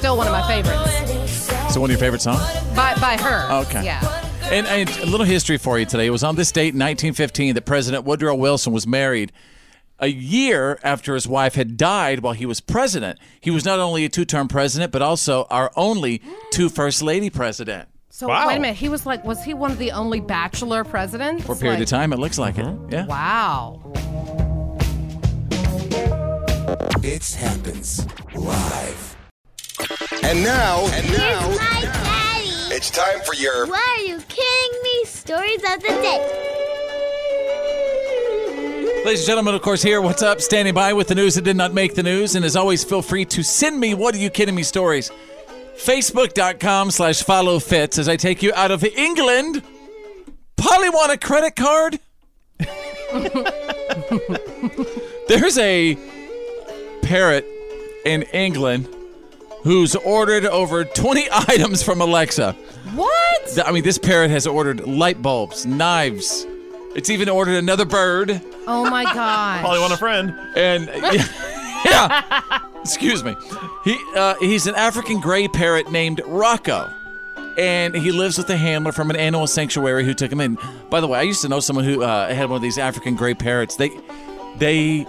Speaker 2: Still one of my favorites
Speaker 1: So one of your favorite songs?
Speaker 2: by by her.
Speaker 1: Okay.
Speaker 2: Yeah.
Speaker 1: And, and a little history for you today. It was on this date in 1915 that President Woodrow Wilson was married. A year after his wife had died while he was president, he was not only a two term president, but also our only two first lady president.
Speaker 2: So wait a minute. He was like, was he one of the only bachelor presidents?
Speaker 1: For a period
Speaker 2: Like,
Speaker 1: of time, it looks like it. Yeah.
Speaker 2: Wow.
Speaker 4: It happens live. And now, and now, it's time for your
Speaker 5: Why are you kidding me? Stories of the day.
Speaker 1: Ladies and gentlemen, of course, here, what's up? Standing by with the news that did not make the news. And as always, feel free to send me What Are You Kidding Me stories. Facebook.com slash follow fits as I take you out of England. Probably want a credit card. <laughs> There's a parrot in England who's ordered over 20 <laughs> items from Alexa.
Speaker 2: What?
Speaker 1: Th- I mean, this parrot has ordered light bulbs, knives. It's even ordered another bird.
Speaker 2: <laughs> Oh my god.
Speaker 1: Probably want a friend. And yeah, yeah. excuse me. He uh, he's an African gray parrot named Rocco, and he lives with a handler from an animal sanctuary who took him in. By the way, I used to know someone who uh, had one of these African gray parrots. They they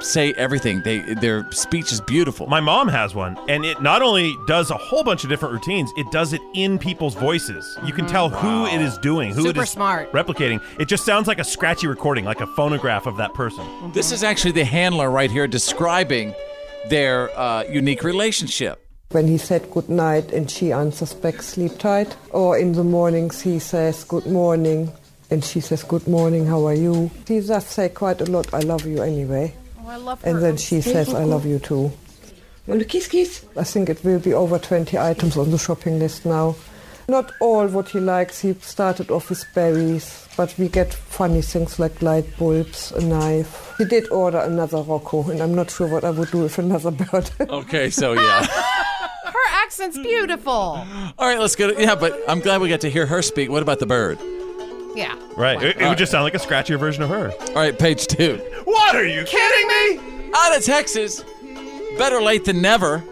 Speaker 1: say everything. They their speech is beautiful.
Speaker 3: My mom has one, and it not only does a whole bunch of different routines, it does it in people's voices. You can tell who it is doing, who it
Speaker 1: Super
Speaker 3: is
Speaker 1: smart.
Speaker 3: replicating. It just sounds like a scratchy recording, like a phonograph of that person.
Speaker 1: This is actually the handler right here describing their uh, unique relationship.
Speaker 10: When he said good night and she answers back, sleep tight. Or in the mornings he says good morning and she says good morning, how are you? He does say quite a lot, I love you anyway.
Speaker 2: Oh, I love her.
Speaker 10: And then she says, I love you too.
Speaker 2: Want to kiss kiss?
Speaker 10: I think it will be over 20 items on the shopping list now. Not all what he likes. He started off with berries, but we get funny things like light bulbs, a knife. He did order another Rocco, and I'm not sure what I would do with another <laughs> bird.
Speaker 1: Okay, so yeah.
Speaker 2: Her accent's beautiful.
Speaker 1: <laughs> All right, let's go to yeah. But I'm glad we got to hear her speak. What about the bird?
Speaker 2: Yeah.
Speaker 3: Right. It, it would just sound like a scratchier version of her.
Speaker 1: All right, page two.
Speaker 3: What are you kidding me?
Speaker 1: Out of Texas, better late than never.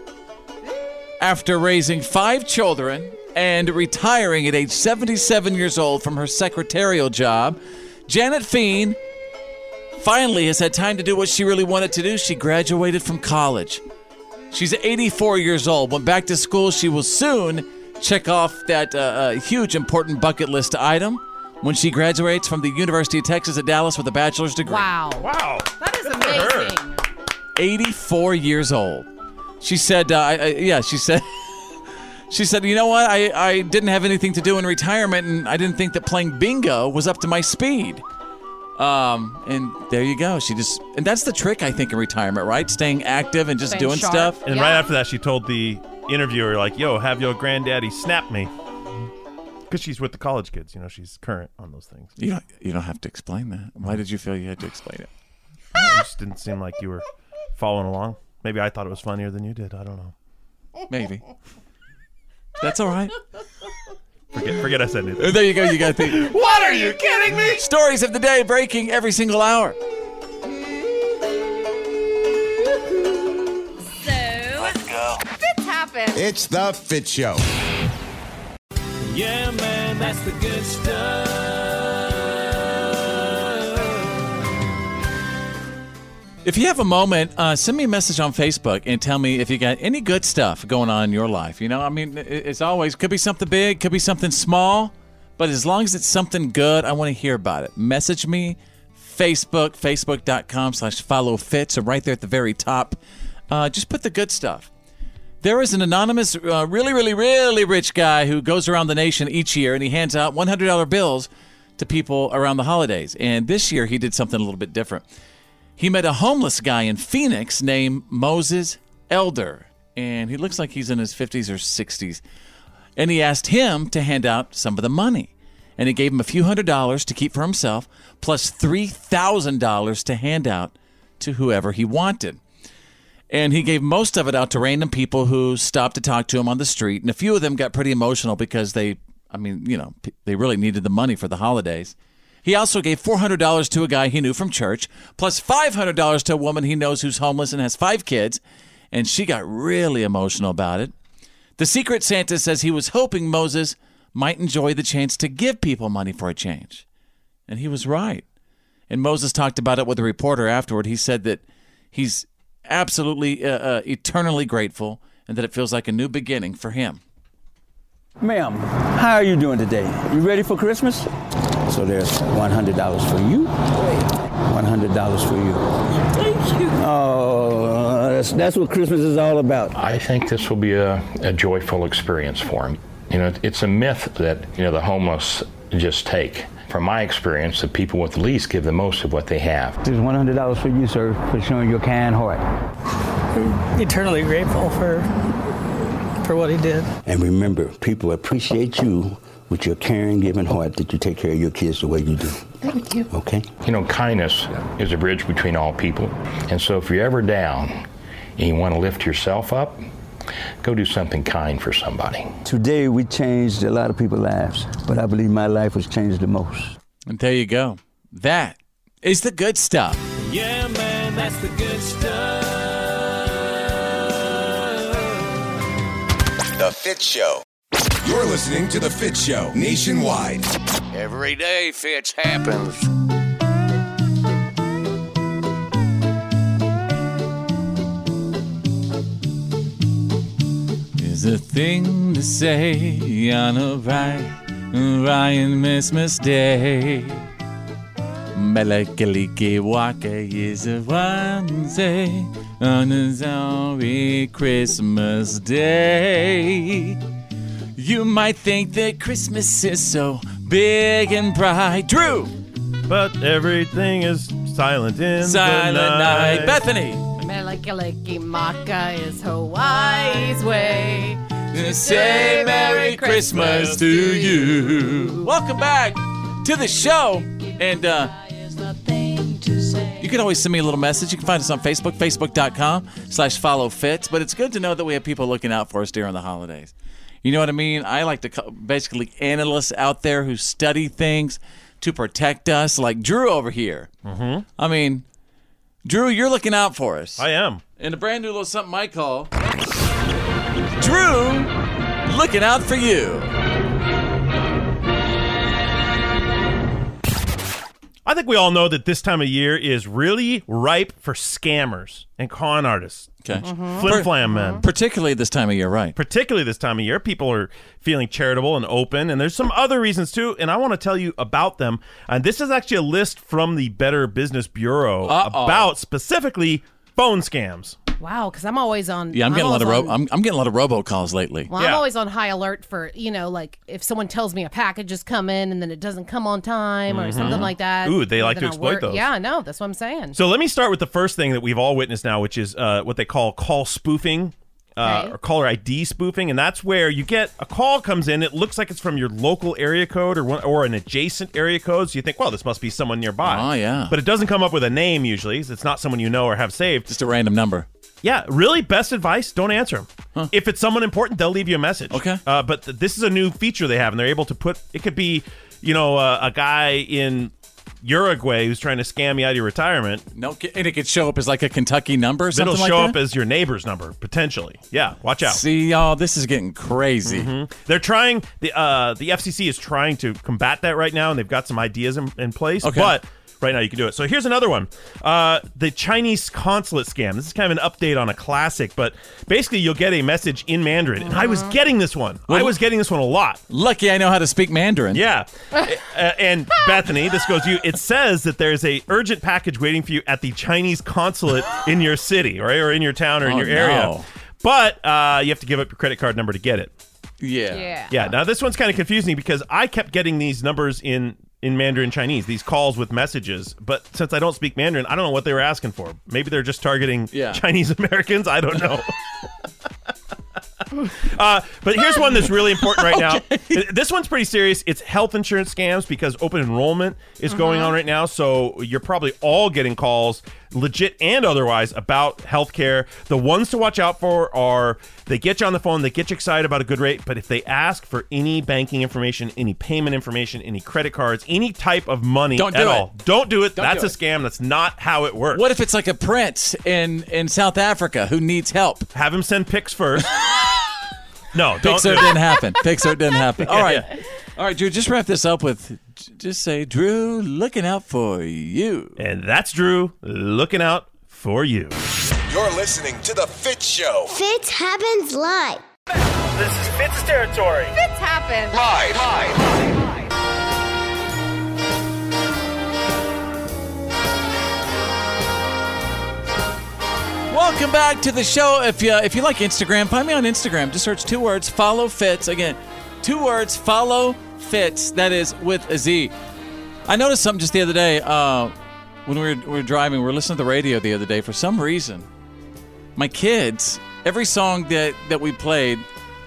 Speaker 1: After raising five children and retiring at age 77 years old from her secretarial job, Janet Fien finally has had time to do what she really wanted to do. She graduated from college. She's 84 years old, went back to school. She will soon check off that uh, uh, huge important bucket list item when she graduates from the University of Texas at Dallas with a bachelor's degree.
Speaker 2: Wow.
Speaker 3: Wow.
Speaker 2: That is amazing.
Speaker 1: 84 years old. She said, uh, I, I, "Yeah." She said, <laughs> "She said, you know what? I, I didn't have anything to do in retirement, and I didn't think that playing bingo was up to my speed." Um, and there you go. She just and that's the trick I think in retirement, right? Staying active and just
Speaker 2: Staying
Speaker 1: doing
Speaker 2: sharp.
Speaker 1: stuff.
Speaker 3: And right after that, she told the interviewer, like, yo, have your granddaddy snap me. Because she's with the college kids. You know, she's current on those things.
Speaker 1: You don't, you don't have to explain that. Why did you feel you had to explain it?
Speaker 3: It just didn't seem like you were following along. Maybe I thought it was funnier than you did. I don't know.
Speaker 1: Maybe. <laughs> That's all right.
Speaker 3: Forget, forget I said anything.
Speaker 1: There you go. You got to think.
Speaker 12: What are you kidding me?
Speaker 1: Stories of the day breaking every single hour.
Speaker 12: Let's go.
Speaker 6: Fits happen.
Speaker 4: It's the Fit Show.
Speaker 12: Yeah, man, that's the good stuff.
Speaker 1: If you have a moment, uh, send me a message on Facebook and tell me if you got any good stuff going on in your life. You know, I mean, i- it's always could be something big, could be something small, but as long as it's something good, I want to hear about it. Message me, Facebook, facebook.com slash follow fits, or right there at the very top. Uh, just put the good stuff. There is an anonymous, uh, really, really, really rich guy who goes around the nation each year and he hands out $100 bills to people around the holidays. And this year he did something a little bit different. He met a homeless guy in Phoenix named Moses Elder. And he looks like he's in his 50s or 60s. And he asked him to hand out some of the money. And he gave him a few hundred dollars to keep for himself, plus $3,000 to hand out to whoever he wanted and he gave most of it out to random people who stopped to talk to him on the street and a few of them got pretty emotional because they i mean you know p- they really needed the money for the holidays he also gave $400 to a guy he knew from church plus $500 to a woman he knows who's homeless and has five kids and she got really emotional about it the secret santa says he was hoping moses might enjoy the chance to give people money for a change and he was right and Moses talked about it with a reporter afterward. He said that he's absolutely uh, uh, eternally grateful and that it feels like a new beginning for him.
Speaker 13: Ma'am, how are you doing today? You ready for Christmas? So there's $100 for you. $100 for you. Thank you. Oh, that's, that's what Christmas is all about.
Speaker 14: I think this will be a, a joyful experience for him. You know, it's a myth that, you know, the homeless just take. From my experience, the people with the least give the most of what they have.
Speaker 13: There's $100 for you, sir, for showing your kind heart.
Speaker 15: eternally grateful for for what he did.
Speaker 16: And remember, people appreciate you with your caring, giving heart that you take care of your kids the way you do.
Speaker 15: Thank you.
Speaker 16: Okay?
Speaker 14: You know, kindness is a bridge between all people. And so if you're ever down and you want to lift yourself up, go do something kind for somebody.
Speaker 13: Today, we changed a lot of people's lives, but I believe my life was changed the most.
Speaker 1: And there you go. That is the good stuff.
Speaker 12: Yeah, man, that's the good stuff.
Speaker 4: The Fit Show. You're listening to The Fit Show nationwide.
Speaker 12: Every day, fits happens.
Speaker 1: Is a thing to say on a Ryan, Ryan Christmas Day. Melakalikewaka is a Wednesday on a sorry Christmas Day. You might think that Christmas is so big and bright. Drew!
Speaker 3: But everything is silent in
Speaker 1: Silent
Speaker 3: the night.
Speaker 1: night. Bethany!
Speaker 2: Melikaliki Maka is Hawaii's way.
Speaker 1: Say Merry Christmas to you. Welcome back to the show. And uh, you can always send me a little message. You can find us on Facebook, facebook.com slash follow fits. But it's good to know that we have people looking out for us during the holidays. You know what I mean? I like to call basically analysts out there who study things to protect us, like Drew over here. Mm-hmm. I mean, Drew, you're looking out for us. I
Speaker 3: am.
Speaker 1: In a brand new little something I call Drew looking out for you.
Speaker 3: I think we all know that this time of year is really ripe for scammers and con artists.
Speaker 1: Okay.
Speaker 3: Flim flam
Speaker 1: mm-hmm.
Speaker 3: men.
Speaker 1: Particularly this time of year, right?
Speaker 3: Particularly this time of year, people are feeling charitable and open, and there's some other reasons too, and I want to tell you about them. And this is actually a list from the Better Business Bureau about specifically phone scams.
Speaker 2: Wow, because I'm always on.
Speaker 1: Yeah, I'm getting a lot of
Speaker 2: always
Speaker 1: ro- I'm, I'm getting a lot of robocalls lately.
Speaker 2: Well, I'm always on high alert for you know, like if someone tells me a package has come in and then it doesn't come on time or
Speaker 1: Mm-hmm.
Speaker 3: Mhm.
Speaker 2: something like that.
Speaker 3: Ooh, they like
Speaker 2: then
Speaker 3: to
Speaker 2: I
Speaker 3: exploit
Speaker 2: worry-
Speaker 3: those.
Speaker 2: Yeah, I know. That's what I'm saying.
Speaker 3: So let me start with the first thing that we've all witnessed now, which is uh, what they call call spoofing. Uh, Or caller ID spoofing, and that's where you get a call comes in. It looks like it's from your local area code or one, or an adjacent area code. So you think, well, this must be someone nearby.
Speaker 1: Oh, yeah.
Speaker 3: But it doesn't come up with a name usually. It's not someone you know or have saved.
Speaker 1: Just a random number.
Speaker 3: Yeah. Really, best advice: don't answer them. If it's someone important, they'll leave you a message. Okay. Uh, but th- this is a new feature they have, and they're able to put. It could be, you know, uh, a guy in Uruguay who's trying to scam you out of your retirement.
Speaker 1: No, ki- and it could show up as like a Kentucky number. Or something
Speaker 3: It'll
Speaker 1: like
Speaker 3: show
Speaker 1: that?
Speaker 3: up as your neighbor's number potentially. Yeah, Mm-hmm. watch out.
Speaker 1: See, y'all, this is getting crazy.
Speaker 3: They're trying the uh, the FCC is trying to combat that right now, and they've got some ideas in, in place.
Speaker 1: Okay.
Speaker 3: But right now you can do it. So here's another one: uh, the Chinese consulate scam. This is kind of an update on a classic, but basically you'll get a message in Mandarin, and I was
Speaker 1: Uh-huh.
Speaker 3: getting this one. I was getting this one a lot.
Speaker 1: Lucky I know how to speak Mandarin.
Speaker 3: Yeah, Uh, and Bethany, this goes to you. It says that there's a urgent package waiting for you at the Chinese consulate in your city, right, or in your town, or in
Speaker 1: Oh,
Speaker 3: your area.
Speaker 1: no.
Speaker 3: But uh, you have to give up your credit card number to get it.
Speaker 1: Yeah.
Speaker 3: Yeah. Now this one's kind of confusing because I kept getting these numbers in in Mandarin Chinese, these calls with messages. But since I don't speak Mandarin, I don't know what they were asking for. Maybe they're just targeting
Speaker 1: Yeah.
Speaker 3: Chinese <laughs> Americans. I don't
Speaker 1: <laughs>
Speaker 3: know. uh, but here's one that's really important right now. This one's pretty serious. It's health insurance scams because open enrollment is going on right now. So you're probably all getting calls, legit and otherwise, about healthcare. The ones to watch out for are they get you on the phone, they get you excited about a good rate, but if they ask for any banking information, any payment information, any credit cards, any type of money
Speaker 1: Don't
Speaker 3: at
Speaker 1: do
Speaker 3: all,
Speaker 1: it.
Speaker 3: don't do it.
Speaker 1: Don't
Speaker 3: that's
Speaker 1: do
Speaker 3: a scam. That's not how it works.
Speaker 1: What if it's like a prince in in South Africa who needs help?
Speaker 3: Have him send
Speaker 1: <laughs>
Speaker 3: pics first. no, don't do
Speaker 1: Pixar
Speaker 3: it.
Speaker 1: didn't happen. Pixar didn't happen. All
Speaker 3: <laughs> Yeah,
Speaker 1: right, all right, Drew. Just wrap this up with j- just say, Drew, looking out for you.
Speaker 3: And that's Drew looking out
Speaker 1: <laughs>
Speaker 3: for you.
Speaker 4: You're listening to The Fit Show.
Speaker 5: Fitz happens live.
Speaker 3: This is Fitz territory.
Speaker 5: Fitz happens
Speaker 4: Live.
Speaker 1: Welcome back to the show. If you if you like Instagram, find me on Instagram. Just search two words, follow Fitz. Again, two words, follow Fitz. That is with a Z. I noticed something just the other day uh, when we were, we were driving. We were listening to the radio the other day. For some reason, my kids, every song that that we played,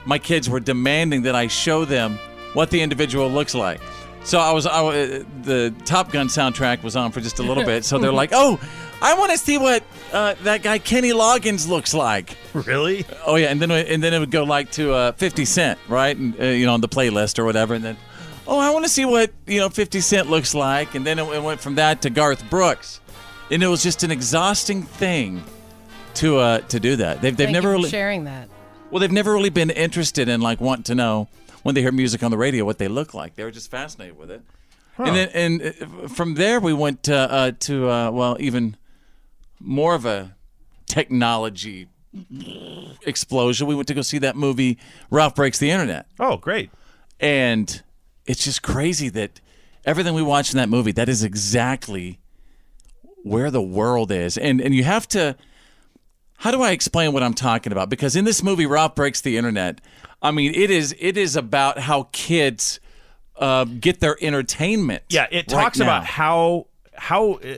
Speaker 1: my kids were demanding that I show them what the individual looks like. So I was, I, wa- the Top Gun soundtrack was on for just a little bit. So
Speaker 2: <laughs>
Speaker 1: they're like, "Oh, I want to see what uh, that guy Kenny Loggins looks like."
Speaker 3: Really?
Speaker 1: Oh yeah, and then and then it would go like to uh, Fifty Cent, right? And uh, you know, on the playlist or whatever, and then. Oh, I want to see what you know Fifty Cent looks like, and then it, it went from that to Garth Brooks, and it was just an exhausting thing to uh, to do that. They've, they've
Speaker 2: Thank
Speaker 1: never
Speaker 2: you for
Speaker 1: really
Speaker 2: sharing that.
Speaker 1: well, they've never really been interested in like wanting to know when they hear music on the radio what they look like. They were just fascinated with it. And then and uh, from there we went to, uh, to uh, well even more of a technology explosion. We went to go see that movie Ralph Breaks the Internet.
Speaker 3: Oh, great.
Speaker 1: And it's just crazy that everything we watch in that movie that is exactly where the world is. And and you have to how do I explain what I'm talking about? Because in this movie, Ralph breaks the internet. I mean, it is it is about how kids uh, get their entertainment.
Speaker 3: Yeah, it
Speaker 1: right
Speaker 3: talks
Speaker 1: now.
Speaker 3: about how how uh,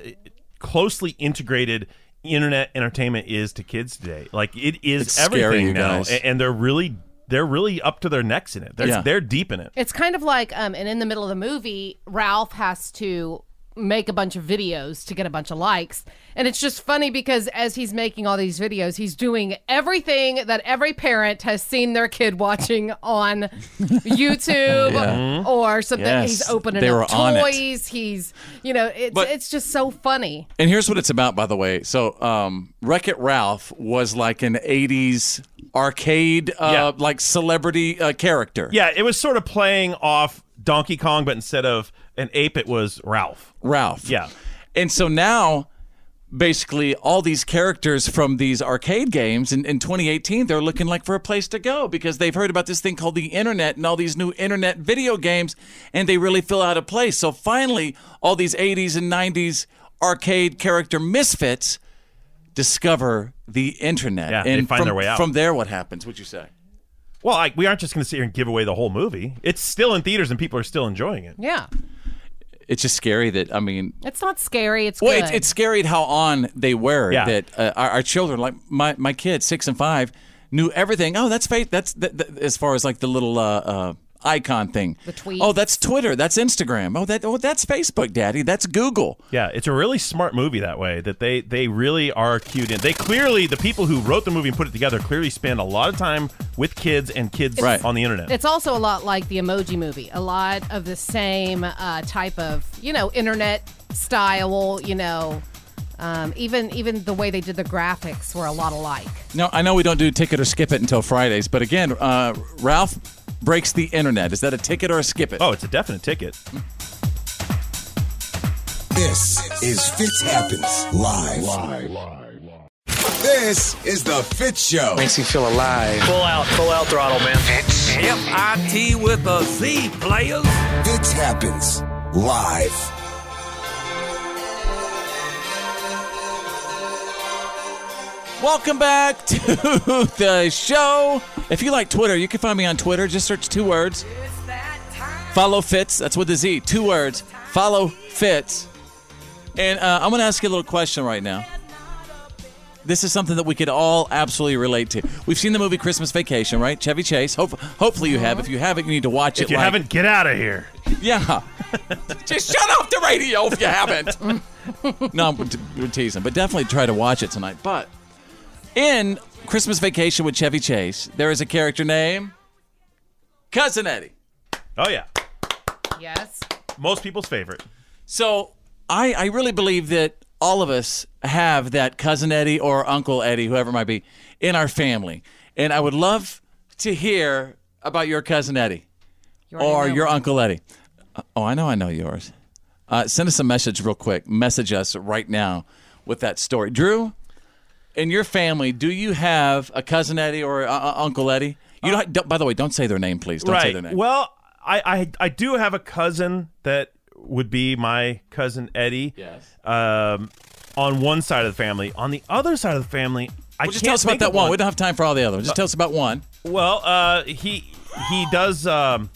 Speaker 3: closely integrated internet entertainment is to kids today. Like it is
Speaker 1: It's scary,
Speaker 3: everything
Speaker 1: you
Speaker 3: now,
Speaker 1: guys.
Speaker 3: a- and they're really they're really up to their necks in it. They're
Speaker 1: Yeah.
Speaker 3: they're deep in it.
Speaker 2: It's kind of like, um, and in the middle of the movie, Ralph has to make a bunch of videos to get a bunch of likes. And it's just funny because as he's making all these videos, he's doing everything that every parent has seen their kid watching on YouTube
Speaker 1: Yeah.
Speaker 2: or something.
Speaker 1: Mm-hmm. Yes,
Speaker 2: He's opening
Speaker 1: they
Speaker 2: up
Speaker 1: were on it.
Speaker 2: toys. He's, you know, it's,
Speaker 1: But-
Speaker 2: it's just so funny.
Speaker 1: And here's what it's about, by the way. So, um, Wreck It Ralph was like an '80s arcade, uh, like celebrity uh, character.
Speaker 3: Yeah, it was sort of playing off Donkey Kong, but instead of an ape, it was Ralph.
Speaker 1: Ralph.
Speaker 3: Yeah.
Speaker 1: And so now, basically, all these characters from these arcade games in, in 2018, they're looking like for a place to go because they've heard about this thing called the internet and all these new internet video games, and they really feel out of place. So finally, all these 80s and 90s arcade character misfits discover the internet
Speaker 3: Yeah, they
Speaker 1: and
Speaker 3: find
Speaker 1: from,
Speaker 3: their way out.
Speaker 1: From there, what happens? Would you say?
Speaker 3: Well, I, we aren't just going to sit here and give away the whole movie. It's still in theaters and people are still enjoying it.
Speaker 2: Yeah.
Speaker 1: It's just scary that I mean,
Speaker 2: It's not scary. It's
Speaker 1: well,
Speaker 2: good.
Speaker 1: it's, it's scary how on they were.
Speaker 3: Yeah.
Speaker 1: That uh, our, our children, like my my kids, six and five, knew everything. Oh, that's fake. That's th- th- as far as like the little uh, uh, icon thing. The
Speaker 2: tweet.
Speaker 1: Oh, that's Twitter. That's Instagram. Oh, that oh that's Facebook, Daddy. That's Google.
Speaker 3: Yeah, it's a really smart movie that way. That they they really are cued in. They clearly the people who wrote the movie and put it together clearly spend a lot of time with kids and kids
Speaker 2: Right.
Speaker 3: on the internet.
Speaker 2: It's also a lot like the emoji movie. A lot of the same uh, type of, you know, internet style, you know, um, even even the way they did the graphics were a lot alike.
Speaker 1: Now I know we don't do ticket or skip it until Fridays, but again, uh, Ralph breaks the internet. Is that a ticket or a skip it?
Speaker 3: Oh, it's a definite ticket.
Speaker 4: This is Fitz Happens live. This is the Fitz Show. Makes you feel alive.
Speaker 17: Full out, full out throttle, man.
Speaker 4: Fitz.
Speaker 17: F-I-T with a Z, players.
Speaker 4: Fitz Happens live.
Speaker 1: Welcome back <laughs> to the show. If you like Twitter, you can find me on Twitter. Just search two words. Follow Fitz. That's with a Z. Two words. Follow Fitz. And uh, I'm going to ask you a little question right now. This is something that we could all absolutely relate to. We've seen the movie Christmas Vacation, right? Chevy Chase. Hope, hopefully you have. If you haven't, you need to watch it.
Speaker 3: If you
Speaker 1: like-
Speaker 3: haven't, get out of here.
Speaker 1: yeah. Just shut off the radio if you haven't. <laughs> no, I'm- we're teasing, but definitely try to watch it tonight. But in Christmas Vacation with Chevy Chase, there is a character named Cousin Eddie.
Speaker 3: Oh yeah,
Speaker 2: Yes.
Speaker 3: most people's favorite.
Speaker 1: So I, I really believe that all of us have that cousin Eddie or Uncle Eddie, whoever it might be, in our family, and I would love to hear about your cousin Eddie or your Uncle Eddie. Uh, Oh, I know, I know yours. Uh, send us a message real quick. Message us right now with that story. Drew, in your family, do you have a cousin Eddie or uh, uh, Uncle Eddie? You don't, don't- by the way, don't say their name, please. Don't
Speaker 3: right.
Speaker 1: say their name.
Speaker 3: Well, I, I I do have a cousin that would be my cousin Eddie. Yes. Um, on one side of the family, on the other side of the family, I
Speaker 1: Well, just
Speaker 3: can't
Speaker 1: tell us about
Speaker 3: think
Speaker 1: that
Speaker 3: of Uh,
Speaker 1: one. We don't have time for all the other ones. Just tell us about one.
Speaker 3: Well, uh, he he does. Um,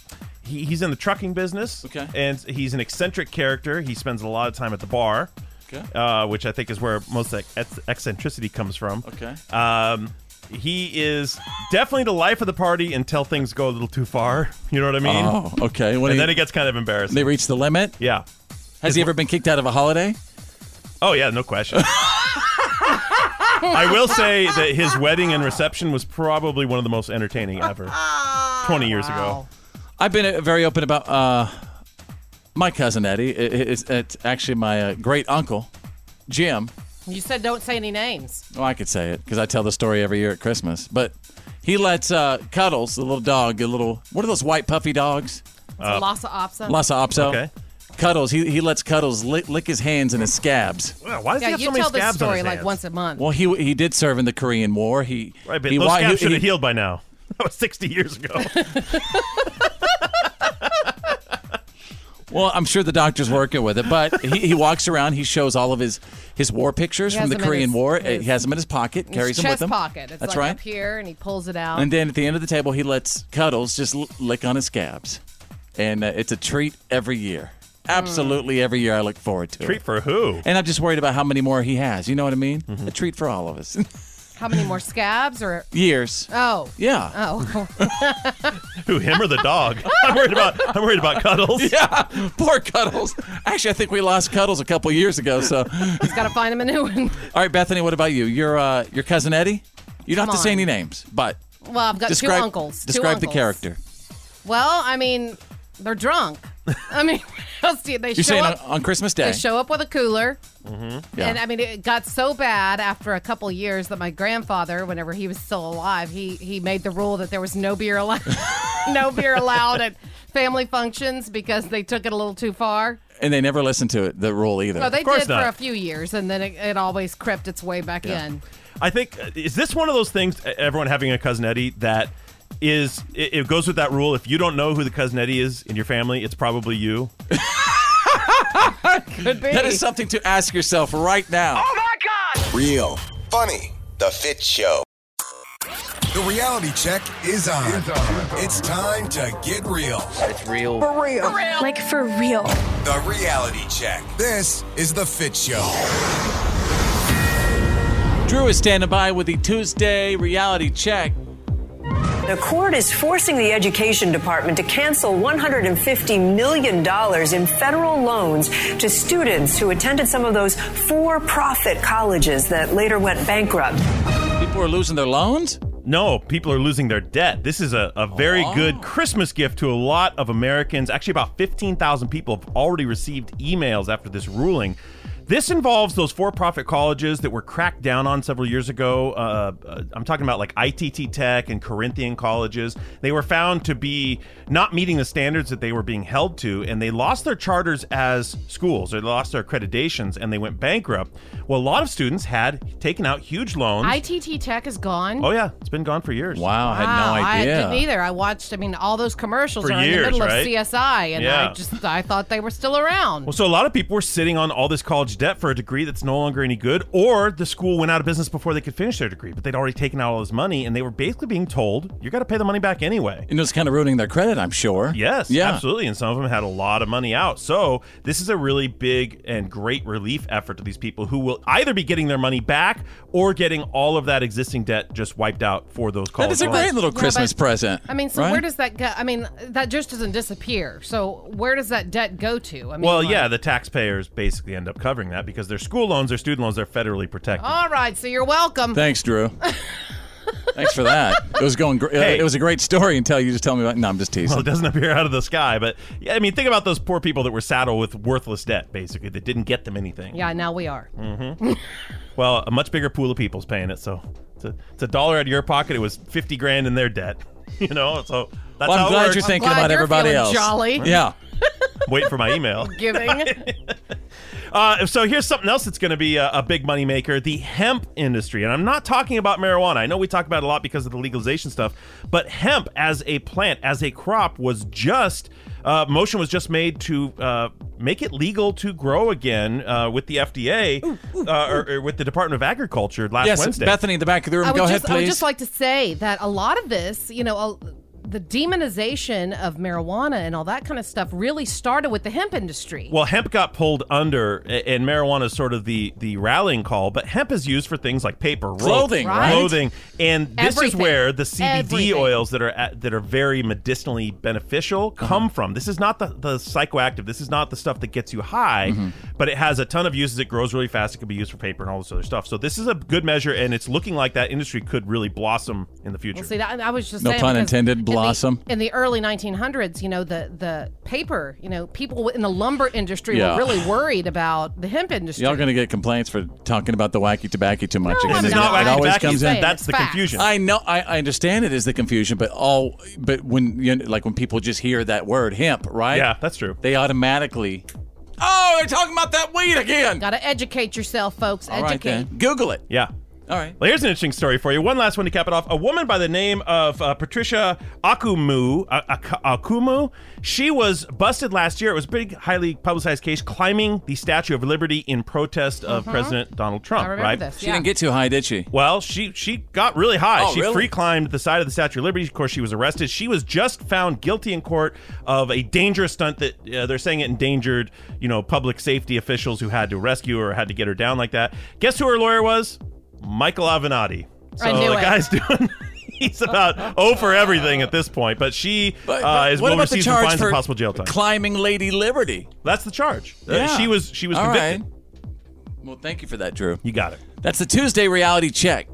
Speaker 3: he, he's in the trucking business. Okay. And he's an eccentric character. He spends a lot of time at the bar.
Speaker 1: Okay.
Speaker 3: Uh, which I think is where most of that ex- eccentricity comes from.
Speaker 1: Okay.
Speaker 3: Um, he is definitely the life of the party until things go a little too far. <laughs> You know what I mean?
Speaker 1: Oh, okay. When
Speaker 3: and
Speaker 1: he-
Speaker 3: then it gets kind of embarrassing.
Speaker 1: They reach the limit.
Speaker 3: Yeah.
Speaker 1: Has he ever been kicked out of a holiday?
Speaker 3: Oh yeah,
Speaker 1: <laughs>
Speaker 3: no question. I will say that his wedding and reception was probably one of the most entertaining
Speaker 2: <laughs>
Speaker 3: ever. Twenty years ago.
Speaker 1: I've been uh, very open about uh, my cousin Eddie. I- I- It's, it's actually my uh, great uncle, Jim.
Speaker 2: You said don't say any names.
Speaker 1: Well, I could say it because I tell the story every year at Christmas. But he lets uh, Cuddles, the little dog, a little what are those white puffy dogs?
Speaker 2: Uh, Lhasa Apso.
Speaker 1: Lhasa Apso.
Speaker 3: Okay.
Speaker 1: Cuddles. He, he lets Cuddles lick, lick his hands in his scabs.
Speaker 3: Wow, why does
Speaker 2: yeah,
Speaker 3: he have
Speaker 2: you
Speaker 3: so many
Speaker 2: tell
Speaker 3: scabs
Speaker 2: this story
Speaker 3: on his
Speaker 2: like
Speaker 3: hands?
Speaker 2: once a month.
Speaker 1: Well, he he did serve in the Korean War. He
Speaker 3: Right, but
Speaker 1: he,
Speaker 3: those
Speaker 1: wa-
Speaker 3: scabs
Speaker 1: he-
Speaker 3: should have
Speaker 1: he-
Speaker 3: healed by now. <laughs> That was 60 years ago. <laughs>
Speaker 1: Well, I'm sure the doctor's working with it, but he, he walks around. He shows all of his his war pictures
Speaker 2: He
Speaker 1: from
Speaker 2: has
Speaker 1: the
Speaker 2: them in
Speaker 1: Korean
Speaker 2: his-
Speaker 1: War. Uh,
Speaker 2: his-
Speaker 1: he has them in his pocket,
Speaker 2: In
Speaker 1: carries
Speaker 2: his
Speaker 1: them
Speaker 2: chest
Speaker 1: with him.
Speaker 2: pocket. It's
Speaker 1: That's
Speaker 2: like
Speaker 1: right.
Speaker 2: up here, and he pulls it out.
Speaker 1: And then at the end of the table, he lets Cuddles just l- lick on his scabs, and uh, it's a treat every year.
Speaker 2: Hmm.
Speaker 1: Absolutely every year, I look forward to it.
Speaker 3: Treat for who?
Speaker 1: And I'm just worried about how many more he has. You know what I mean? A treat for all of us. <laughs>
Speaker 2: How many more scabs or?
Speaker 1: Years.
Speaker 2: Oh.
Speaker 1: Yeah.
Speaker 2: Oh. <laughs>
Speaker 3: Who, him or the <laughs> dog? I'm worried about I'm worried about Cuddles.
Speaker 1: Yeah,
Speaker 2: Oh.
Speaker 1: <laughs> poor Cuddles. Actually, I think we lost Cuddles a couple years ago.
Speaker 2: <laughs>
Speaker 1: So,
Speaker 2: He's got to find him a new one. <laughs>
Speaker 1: all right, Bethany, what about you? Your uh, your cousin Eddie. You don't
Speaker 2: Come
Speaker 1: have to say
Speaker 2: on.
Speaker 1: any names, but
Speaker 2: Well, I've got
Speaker 1: describe,
Speaker 2: two uncles. two
Speaker 1: Describe the
Speaker 2: uncles.
Speaker 1: character.
Speaker 2: Well, I mean, they're drunk. I mean, <laughs> what else do you- they
Speaker 1: You're
Speaker 2: show
Speaker 1: saying
Speaker 3: uh,
Speaker 2: up
Speaker 1: on, on Christmas Day.
Speaker 2: They show up with a cooler.
Speaker 1: mm-hmm. Yeah.
Speaker 2: And I mean, it got so bad after a couple years that my grandfather, whenever he was still alive, he he made the rule that there was no beer allowed, <laughs> no beer allowed at family functions because they took it a little too far.
Speaker 1: and they never listened to it. The rule either.
Speaker 2: Well, they did for a few years, and then it, it always crept its way back in.
Speaker 3: I think uh, is this one of those things uh, everyone having a cousin Eddie that is it, it goes with that rule if you don't know who the cousin Eddie is in your family, it's probably you.
Speaker 2: Could be. Oh
Speaker 1: That is something to ask yourself right now.
Speaker 4: Real funny. The Fit Show. The reality check is on. It's, time to get real. It's real.
Speaker 7: For real. Like for real.
Speaker 4: The reality check. This is The Fit Show.
Speaker 1: Drew is standing by with the Tuesday reality check.
Speaker 18: The court is forcing the Education Department to cancel $150 million in federal loans to students who attended some of those for profit colleges that later went bankrupt.
Speaker 1: People are losing their loans?
Speaker 3: No, people are losing their debt. This is a, a very good Christmas gift to a lot of Americans. Actually, about 15,000 people have already received emails after this ruling. This involves those for profit colleges that were cracked down on several years ago. Uh, uh, I'm talking about like ITT Tech and Corinthian colleges. They were found to be not meeting the standards that they were being held to, and they lost their charters as schools. They lost their accreditations and they went bankrupt. Well, a lot of students had taken out huge loans.
Speaker 2: ITT Tech is gone.
Speaker 3: Oh yeah, it's been gone for years.
Speaker 1: Wow, I had no
Speaker 2: Wow,
Speaker 1: idea.
Speaker 2: I didn't either. I watched. I mean, all those commercials
Speaker 3: For
Speaker 2: are
Speaker 3: years,
Speaker 2: in the middle
Speaker 3: right?
Speaker 2: of CSI, and
Speaker 3: Yeah.
Speaker 2: I just I thought they were still around.
Speaker 3: Well, so a lot of people were sitting on all this college debt for a degree that's no longer any good, or the school went out of business before they could finish their degree, but they'd already taken out all this money, and they were basically being told, "You got to pay the money back anyway."
Speaker 1: And it's kind of ruining their credit, I'm sure.
Speaker 3: Yes,
Speaker 1: Yeah.
Speaker 3: absolutely. And some of them had a lot of money out. So this is a really big and great relief effort to these people who will either be getting their money back or getting all of that existing debt just wiped out for those college.
Speaker 1: That is a
Speaker 3: loans.
Speaker 1: great little Christmas present.
Speaker 2: I mean, so
Speaker 3: Right?
Speaker 2: where does that go? I mean, that just doesn't disappear. So where does that debt go to? I mean,
Speaker 3: well,
Speaker 2: like-
Speaker 3: yeah, the taxpayers basically end up covering that because their school loans, their student loans, they're federally protected.
Speaker 1: Ah.
Speaker 2: All right, so you're welcome.
Speaker 1: Thanks,
Speaker 2: <laughs>
Speaker 1: Drew. Thanks for that. It was going. Gr- uh,
Speaker 3: Hey.
Speaker 1: It was a great story until you just tell me about. No, I'm just teasing.
Speaker 3: Well, it doesn't <laughs> appear out of the sky, but yeah, I mean, think about those poor people that were saddled with worthless debt, basically, that didn't get them anything.
Speaker 2: Yeah, now we are.
Speaker 3: hmm well, a much bigger pool of people's paying it, so it's a, it's a dollar out of your pocket. It was fifty grand in their debt, <laughs> you know. So that's
Speaker 1: Well, I'm
Speaker 3: how it
Speaker 1: glad
Speaker 3: works.
Speaker 1: you're thinking I'm glad about you're everybody feeling else. jolly. Yeah.
Speaker 3: waiting for my email. <laughs>
Speaker 2: Giving.
Speaker 3: Uh, so here's something else that's going to be a, a big moneymaker the hemp industry. And I'm not talking about marijuana. I know we talk about it a lot because of the legalization stuff, but hemp as a plant, as a crop, was just, uh, motion was just made to uh, make it legal to grow again uh, with the FDA uh, or, or with the Department of Agriculture last
Speaker 1: yes,
Speaker 3: Wednesday.
Speaker 1: Bethany in the back of the room.
Speaker 2: I would
Speaker 1: Go
Speaker 2: just,
Speaker 1: ahead,
Speaker 2: I would
Speaker 1: please.
Speaker 2: just like to say that a lot of this, you know, a, the demonization of marijuana and all that kind of stuff really started with the hemp industry.
Speaker 3: Well, hemp got pulled under, a- and marijuana is sort of the the rallying call. But hemp is used for things like paper, rope,
Speaker 1: Clothing, right?
Speaker 3: clothing, and this is
Speaker 1: Everything.
Speaker 3: where the CBD
Speaker 1: Everything.
Speaker 3: oils that are at, that are very medicinally beneficial
Speaker 1: Uh-huh.
Speaker 3: come from. This is not the the psychoactive. This is not the stuff that gets you high,
Speaker 1: Mm-hmm.
Speaker 3: but it has a ton of uses. It grows really fast. It can be used for paper and all this other stuff. So this is a good measure, and it's looking like that industry could really blossom in the future.
Speaker 2: Well, see, that, I was just
Speaker 3: No
Speaker 2: saying
Speaker 3: pun
Speaker 2: because
Speaker 3: intended,
Speaker 2: in the-
Speaker 3: blossom.
Speaker 2: In the, early 1900s, you know, the the paper, you know, people in the lumber industry
Speaker 1: Yeah.
Speaker 2: were really worried about the hemp industry.
Speaker 1: Y'all gonna get complaints for talking about the wacky tobacco too much.
Speaker 2: No,
Speaker 1: again.
Speaker 2: I'm
Speaker 1: It-
Speaker 2: not.
Speaker 1: It
Speaker 2: Wacky
Speaker 1: always
Speaker 2: tobacco.
Speaker 1: comes in.
Speaker 2: Saying That's it's the facts. confusion.
Speaker 1: I know. I, I understand it is the confusion, but all but when you know, like when people just hear that word hemp, right?
Speaker 3: Yeah, that's true.
Speaker 1: They automatically. Oh, they're talking about that weed again.
Speaker 2: Got to educate yourself, folks.
Speaker 1: All
Speaker 2: educate.
Speaker 1: right then. Google it.
Speaker 3: Yeah.
Speaker 1: All right.
Speaker 3: Well, here's an interesting story for you. One last one to cap it off. A woman by the name of uh, Patricia Akumu, uh, Ak- Akumu, she was busted last year. It was a big, highly publicized case climbing the Statue of Liberty in protest of
Speaker 1: Mhm.
Speaker 3: President Donald Trump.
Speaker 1: I remember
Speaker 3: right?
Speaker 1: this, She didn't yeah. get too high, did she?
Speaker 3: Well, she she got really high.
Speaker 1: Oh,
Speaker 3: she
Speaker 1: really?
Speaker 3: free climbed the side of the Statue of Liberty. Of course, she was arrested. She was just found guilty in court of a dangerous stunt that uh, they're saying it endangered, you know, public safety officials who had to rescue her or had to get her down like that. Guess who her lawyer was? Michael Avenatti. So
Speaker 1: I knew
Speaker 3: the
Speaker 1: it.
Speaker 3: guy's <laughs> doing. He's about oh for everything at this point, but she uh, is
Speaker 1: what
Speaker 3: will
Speaker 1: about the
Speaker 3: receive some
Speaker 1: charge
Speaker 3: fines
Speaker 1: for
Speaker 3: and possible jail time.
Speaker 1: Climbing Lady Liberty.
Speaker 3: That's the charge. Uh,
Speaker 1: Yeah.
Speaker 3: she was she was
Speaker 1: All
Speaker 3: convicted.
Speaker 1: right. Well, thank you for that, Drew.
Speaker 3: You got it.
Speaker 1: That's the Tuesday reality check.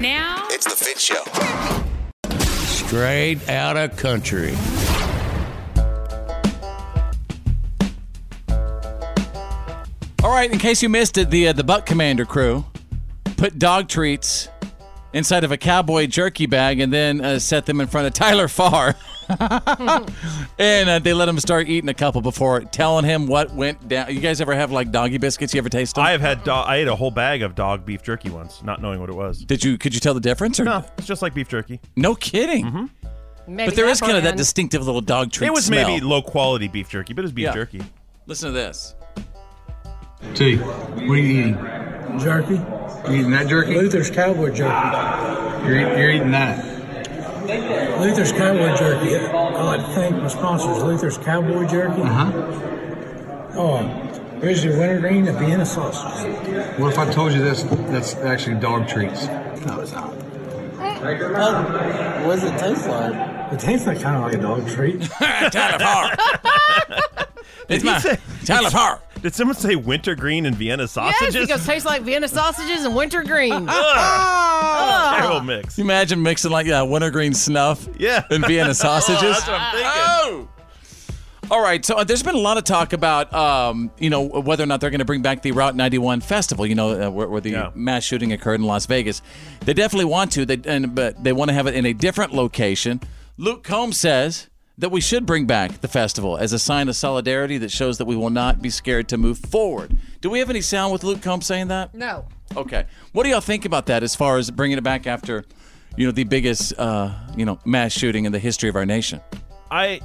Speaker 6: Now
Speaker 4: It's The Fit Show.
Speaker 12: Straight out of country.
Speaker 1: All right, in case you missed it, the uh, the Buck Commander crew put dog treats inside of a cowboy jerky bag and then uh, set them in front of Tyler Farr. <laughs> and uh, they let him start eating a couple before telling him what went down. You guys ever have like doggy biscuits? You ever taste them?
Speaker 3: I have had do- I ate a whole bag of dog beef jerky once, not knowing what it was.
Speaker 1: Did you could you tell the difference or
Speaker 3: no? <laughs> It's just like beef jerky.
Speaker 1: No kidding.
Speaker 2: Maybe
Speaker 1: but there
Speaker 2: that
Speaker 1: is kind of that
Speaker 2: brand.
Speaker 1: distinctive little dog treat
Speaker 3: it was
Speaker 1: smell.
Speaker 3: maybe low quality beef jerky, but it was beef
Speaker 1: Yeah.
Speaker 3: jerky.
Speaker 1: Listen to this.
Speaker 19: T, what are you eating?
Speaker 20: Jerky? You eating that jerky? Luther's cowboy jerky. You're, eat- you're eating that. Luther's cowboy jerky. I like to thank my sponsors. Luther's cowboy jerky. Uh-huh. Oh, here's the wintergreen and Vienna sausage. What if I told you this? That's actually dog treats. No, it's not. What does it taste like? It tastes like kind of like a dog treat.
Speaker 1: Tyler Parr.
Speaker 3: <laughs> Did
Speaker 1: my- Tyler Parr.
Speaker 3: Did someone say wintergreen and Vienna sausages?
Speaker 2: Yes, he
Speaker 3: <laughs>
Speaker 2: goes, tastes like Vienna sausages and
Speaker 1: <laughs>
Speaker 2: wintergreen.
Speaker 3: Terrible
Speaker 2: Ugh.
Speaker 3: mix.
Speaker 1: You imagine mixing like uh, wintergreen snuff
Speaker 3: yeah.
Speaker 1: and
Speaker 3: <laughs>
Speaker 1: Vienna sausages?
Speaker 3: Oh, that's what I'm thinking.
Speaker 1: Oh! All right, so uh, there's been a lot of talk about, um, you know, whether or not they're going to bring back the Route 91 festival. You know, uh, where, where the mass shooting occurred in Las Vegas. They definitely want to, they, and, but they want to have it in a different location. Luke Combs says that we should bring back the festival as a sign of solidarity that shows that we will not be scared to move forward. Do we have any sound with Luke Combs saying that?
Speaker 2: No.
Speaker 1: Okay. What do y'all think about that as far as bringing it back after, you know, the biggest, uh, you know, mass shooting in the history of our nation?
Speaker 3: I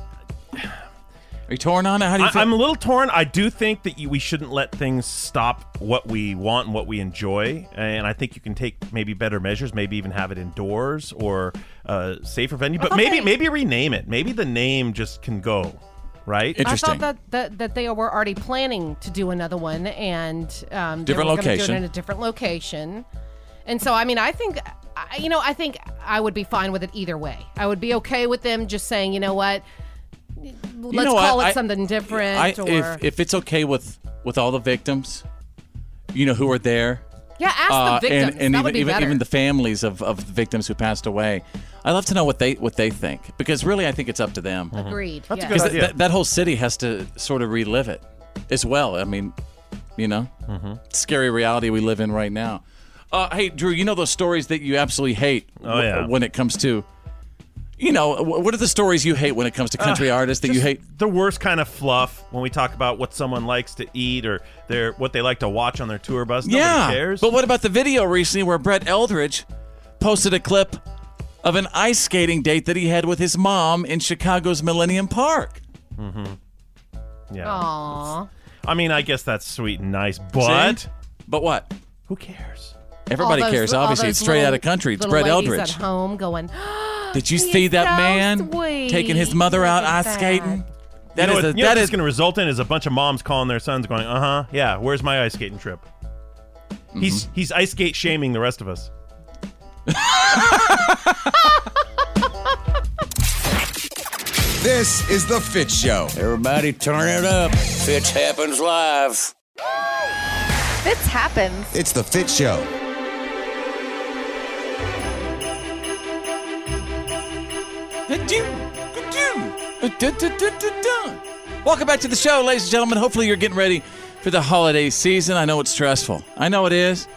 Speaker 1: Are you torn on it? How do you
Speaker 3: I,
Speaker 1: feel?
Speaker 3: am a little torn. I do think that you, we shouldn't let things stop what we want and what we enjoy. And I think you can take maybe better measures, maybe even have it indoors or a safer venue. But maybe
Speaker 2: Okay.
Speaker 3: maybe rename it. Maybe the name just can go, right?
Speaker 2: I thought that, that that they were already planning to do another one and um, they
Speaker 3: Different
Speaker 2: were gonna Do
Speaker 3: location.
Speaker 2: it in a different location, and so I mean, I think, I, you know, I think I would be fine with it either way. I would be okay with them just saying, you know what, let's
Speaker 1: know what?
Speaker 2: call it
Speaker 1: I-
Speaker 2: something different.
Speaker 1: I,
Speaker 2: or
Speaker 1: if, if it's okay with with all the victims, you know who were there. uh,
Speaker 2: Yeah, ask the victims.
Speaker 1: And, and
Speaker 2: That
Speaker 1: even
Speaker 2: would be
Speaker 1: even,
Speaker 2: better.
Speaker 1: even the families of, of the victims who passed away. I'd love to know what they what they think because really I think it's up to them.
Speaker 2: Agreed, That's a yeah. good
Speaker 1: 'Cause
Speaker 2: idea.
Speaker 1: that- that whole city has to sort of relive it as well. I mean, you know,
Speaker 3: Mm-hmm.
Speaker 1: scary reality we live in right now. Uh, hey, Drew, you know those stories that you absolutely hate w-
Speaker 3: Oh, yeah.
Speaker 1: when it comes to, you know, wh- what are the stories you hate when it comes to country
Speaker 3: Uh,
Speaker 1: artists that you
Speaker 3: just
Speaker 1: hate?
Speaker 3: The worst kind of fluff when we talk about what someone likes to eat or their what they like to watch on their tour bus. Nobody
Speaker 1: yeah.
Speaker 3: cares.
Speaker 1: But what about the video recently where Brett Eldridge posted a clip of an ice skating date that he had with his mom in Chicago's Millennium Park?
Speaker 3: Mm-hmm. Yeah.
Speaker 2: Aw.
Speaker 3: I mean, I guess that's sweet and nice, but
Speaker 1: but what?
Speaker 3: Who cares?
Speaker 1: Everybody
Speaker 2: all those-
Speaker 1: cares.
Speaker 2: all
Speaker 1: Obviously,
Speaker 2: those
Speaker 1: it's straight
Speaker 2: little-
Speaker 1: out of country. It's
Speaker 2: little
Speaker 1: Brett
Speaker 2: ladies
Speaker 1: Eldridge.
Speaker 2: at home going. <gasps>
Speaker 1: Did you
Speaker 2: He
Speaker 1: see
Speaker 2: is
Speaker 1: that
Speaker 2: so
Speaker 1: man taking his
Speaker 2: sweet.
Speaker 1: mother out
Speaker 2: Look at
Speaker 1: ice
Speaker 2: that.
Speaker 1: skating?
Speaker 3: you
Speaker 1: That
Speaker 3: know
Speaker 1: is
Speaker 3: what,
Speaker 1: a
Speaker 3: you know
Speaker 1: that
Speaker 3: what
Speaker 1: is
Speaker 3: going to result in is a bunch of moms calling their sons, going, "Uh huh, yeah, where's my ice skating trip?" He's
Speaker 1: Mm-hmm.
Speaker 3: he's ice skate shaming the rest of us.
Speaker 4: This is The Fit Show.
Speaker 16: Everybody turn it up. Fitch happens live.
Speaker 5: This happens.
Speaker 4: It's The Fit Show.
Speaker 1: Welcome back to the show, ladies and gentlemen. Hopefully, you're getting ready for the holiday season. I know it's stressful. I know it is.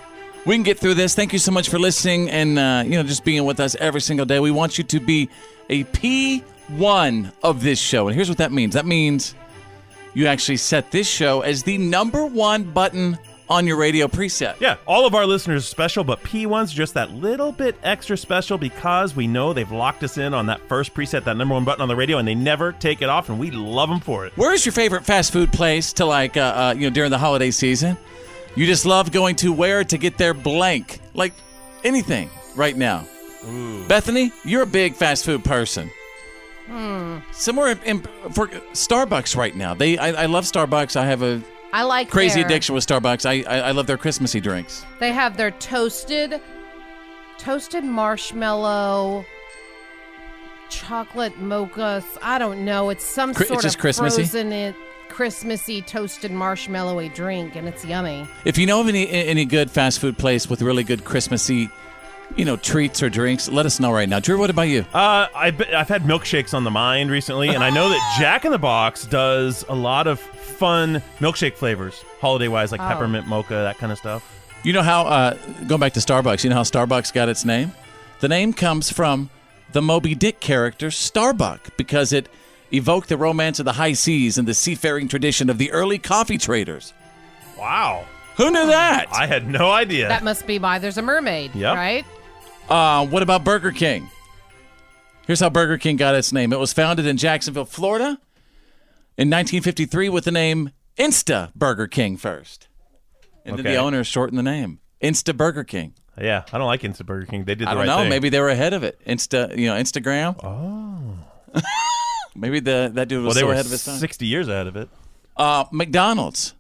Speaker 1: We can get through this. Thank you so much for listening and uh, you know just being with us every single day. We want you to be a P1 of this show, and here's what that means. That means you actually set this show as the number one button on your radio preset.
Speaker 3: Yeah, all of our listeners are special, but P1's just that little bit extra special because we know they've locked us in on that first preset, that number one button on the radio, and they never take it off, and we love them for it.
Speaker 1: Where's your favorite fast food place to like, uh, uh, you know, during the holiday season? You just love going to where to get their blank, like anything right now. Bethany, you're a big fast food person.
Speaker 2: Hmm.
Speaker 1: Somewhere in, in, for Starbucks right now. They, I, I love Starbucks. I have a
Speaker 2: I like
Speaker 1: crazy
Speaker 2: their-
Speaker 1: addiction with Starbucks. I, I, I love their Christmassy drinks.
Speaker 2: They have their toasted, toasted marshmallow, chocolate mochas. I don't know. It's some
Speaker 1: Cri- it's
Speaker 2: sort
Speaker 1: just
Speaker 2: of
Speaker 1: Christmassy?
Speaker 2: frozen it, Christmassy toasted marshmallowy drink, and it's yummy.
Speaker 1: If you know of any any good fast food place with really good Christmassy, you know, treats or drinks, let us know right now. Drew, what about you?
Speaker 3: Uh, I've, been- I've had milkshakes on the mind recently, and I
Speaker 2: <laughs>
Speaker 3: know that Jack in the Box does a lot of fun milkshake flavors, holiday wise, like
Speaker 1: Oh.
Speaker 3: peppermint mocha, that kind of stuff.
Speaker 1: You know how, uh, going back to Starbucks, you know how Starbucks got its name? The name comes from the Moby Dick character Starbuck because it evoked the romance of the high seas and the seafaring tradition of the early coffee traders.
Speaker 3: Wow.
Speaker 1: Who knew that?
Speaker 3: I had no idea.
Speaker 2: That must be why there's a mermaid,
Speaker 1: Yep.
Speaker 2: right?
Speaker 1: Uh, what about Burger King? Here's how Burger King got its name. It was founded in Jacksonville, Florida in 1953 with the name Insta Burger King first. And then
Speaker 3: Okay.
Speaker 1: the owners shortened the name. Insta Burger King.
Speaker 3: Yeah, I don't like Insta Burger King. They did the
Speaker 1: I don't
Speaker 3: right
Speaker 1: know.
Speaker 3: thing.
Speaker 1: Maybe they were ahead of it. Insta, you know, Instagram.
Speaker 3: Oh.
Speaker 1: <laughs> maybe the that dude was
Speaker 3: well, they
Speaker 1: so
Speaker 3: were
Speaker 1: ahead of his time.
Speaker 3: 60 years ahead of it.
Speaker 1: Uh, McDonald's.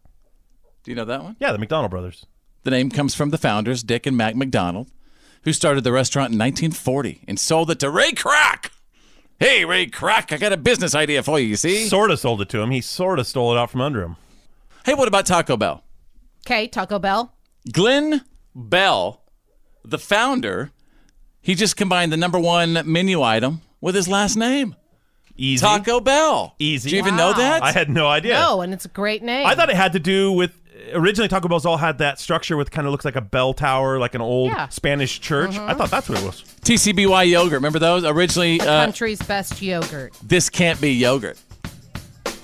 Speaker 1: Do you know that one?
Speaker 3: Yeah, the McDonald brothers.
Speaker 1: The name comes from the founders, Dick and Mac McDonald, who started the restaurant in 1940 and sold it to Ray Kroc. Hey, Ray Kroc, I got a business idea for you, you see?
Speaker 3: Sort of sold it to him. He sort of stole it out from under him.
Speaker 1: Hey, what about Taco Bell?
Speaker 2: Okay, Taco Bell.
Speaker 1: Glenn Bell, the founder, he just combined the number one menu item with his last name.
Speaker 3: Easy.
Speaker 1: Taco Bell.
Speaker 3: Easy.
Speaker 1: Do you even know that?
Speaker 3: I had no idea.
Speaker 2: No, Oh, and it's a great name.
Speaker 3: I thought it had to do with originally Taco Bell's all had that structure with kind of looks like a bell tower, like an old
Speaker 2: Yeah. Mm-hmm.
Speaker 3: Spanish church. I thought that's what it was.
Speaker 1: TCBY yogurt. Remember those? Originally,
Speaker 2: the
Speaker 1: uh,
Speaker 2: country's best yogurt.
Speaker 1: this can't be yogurt,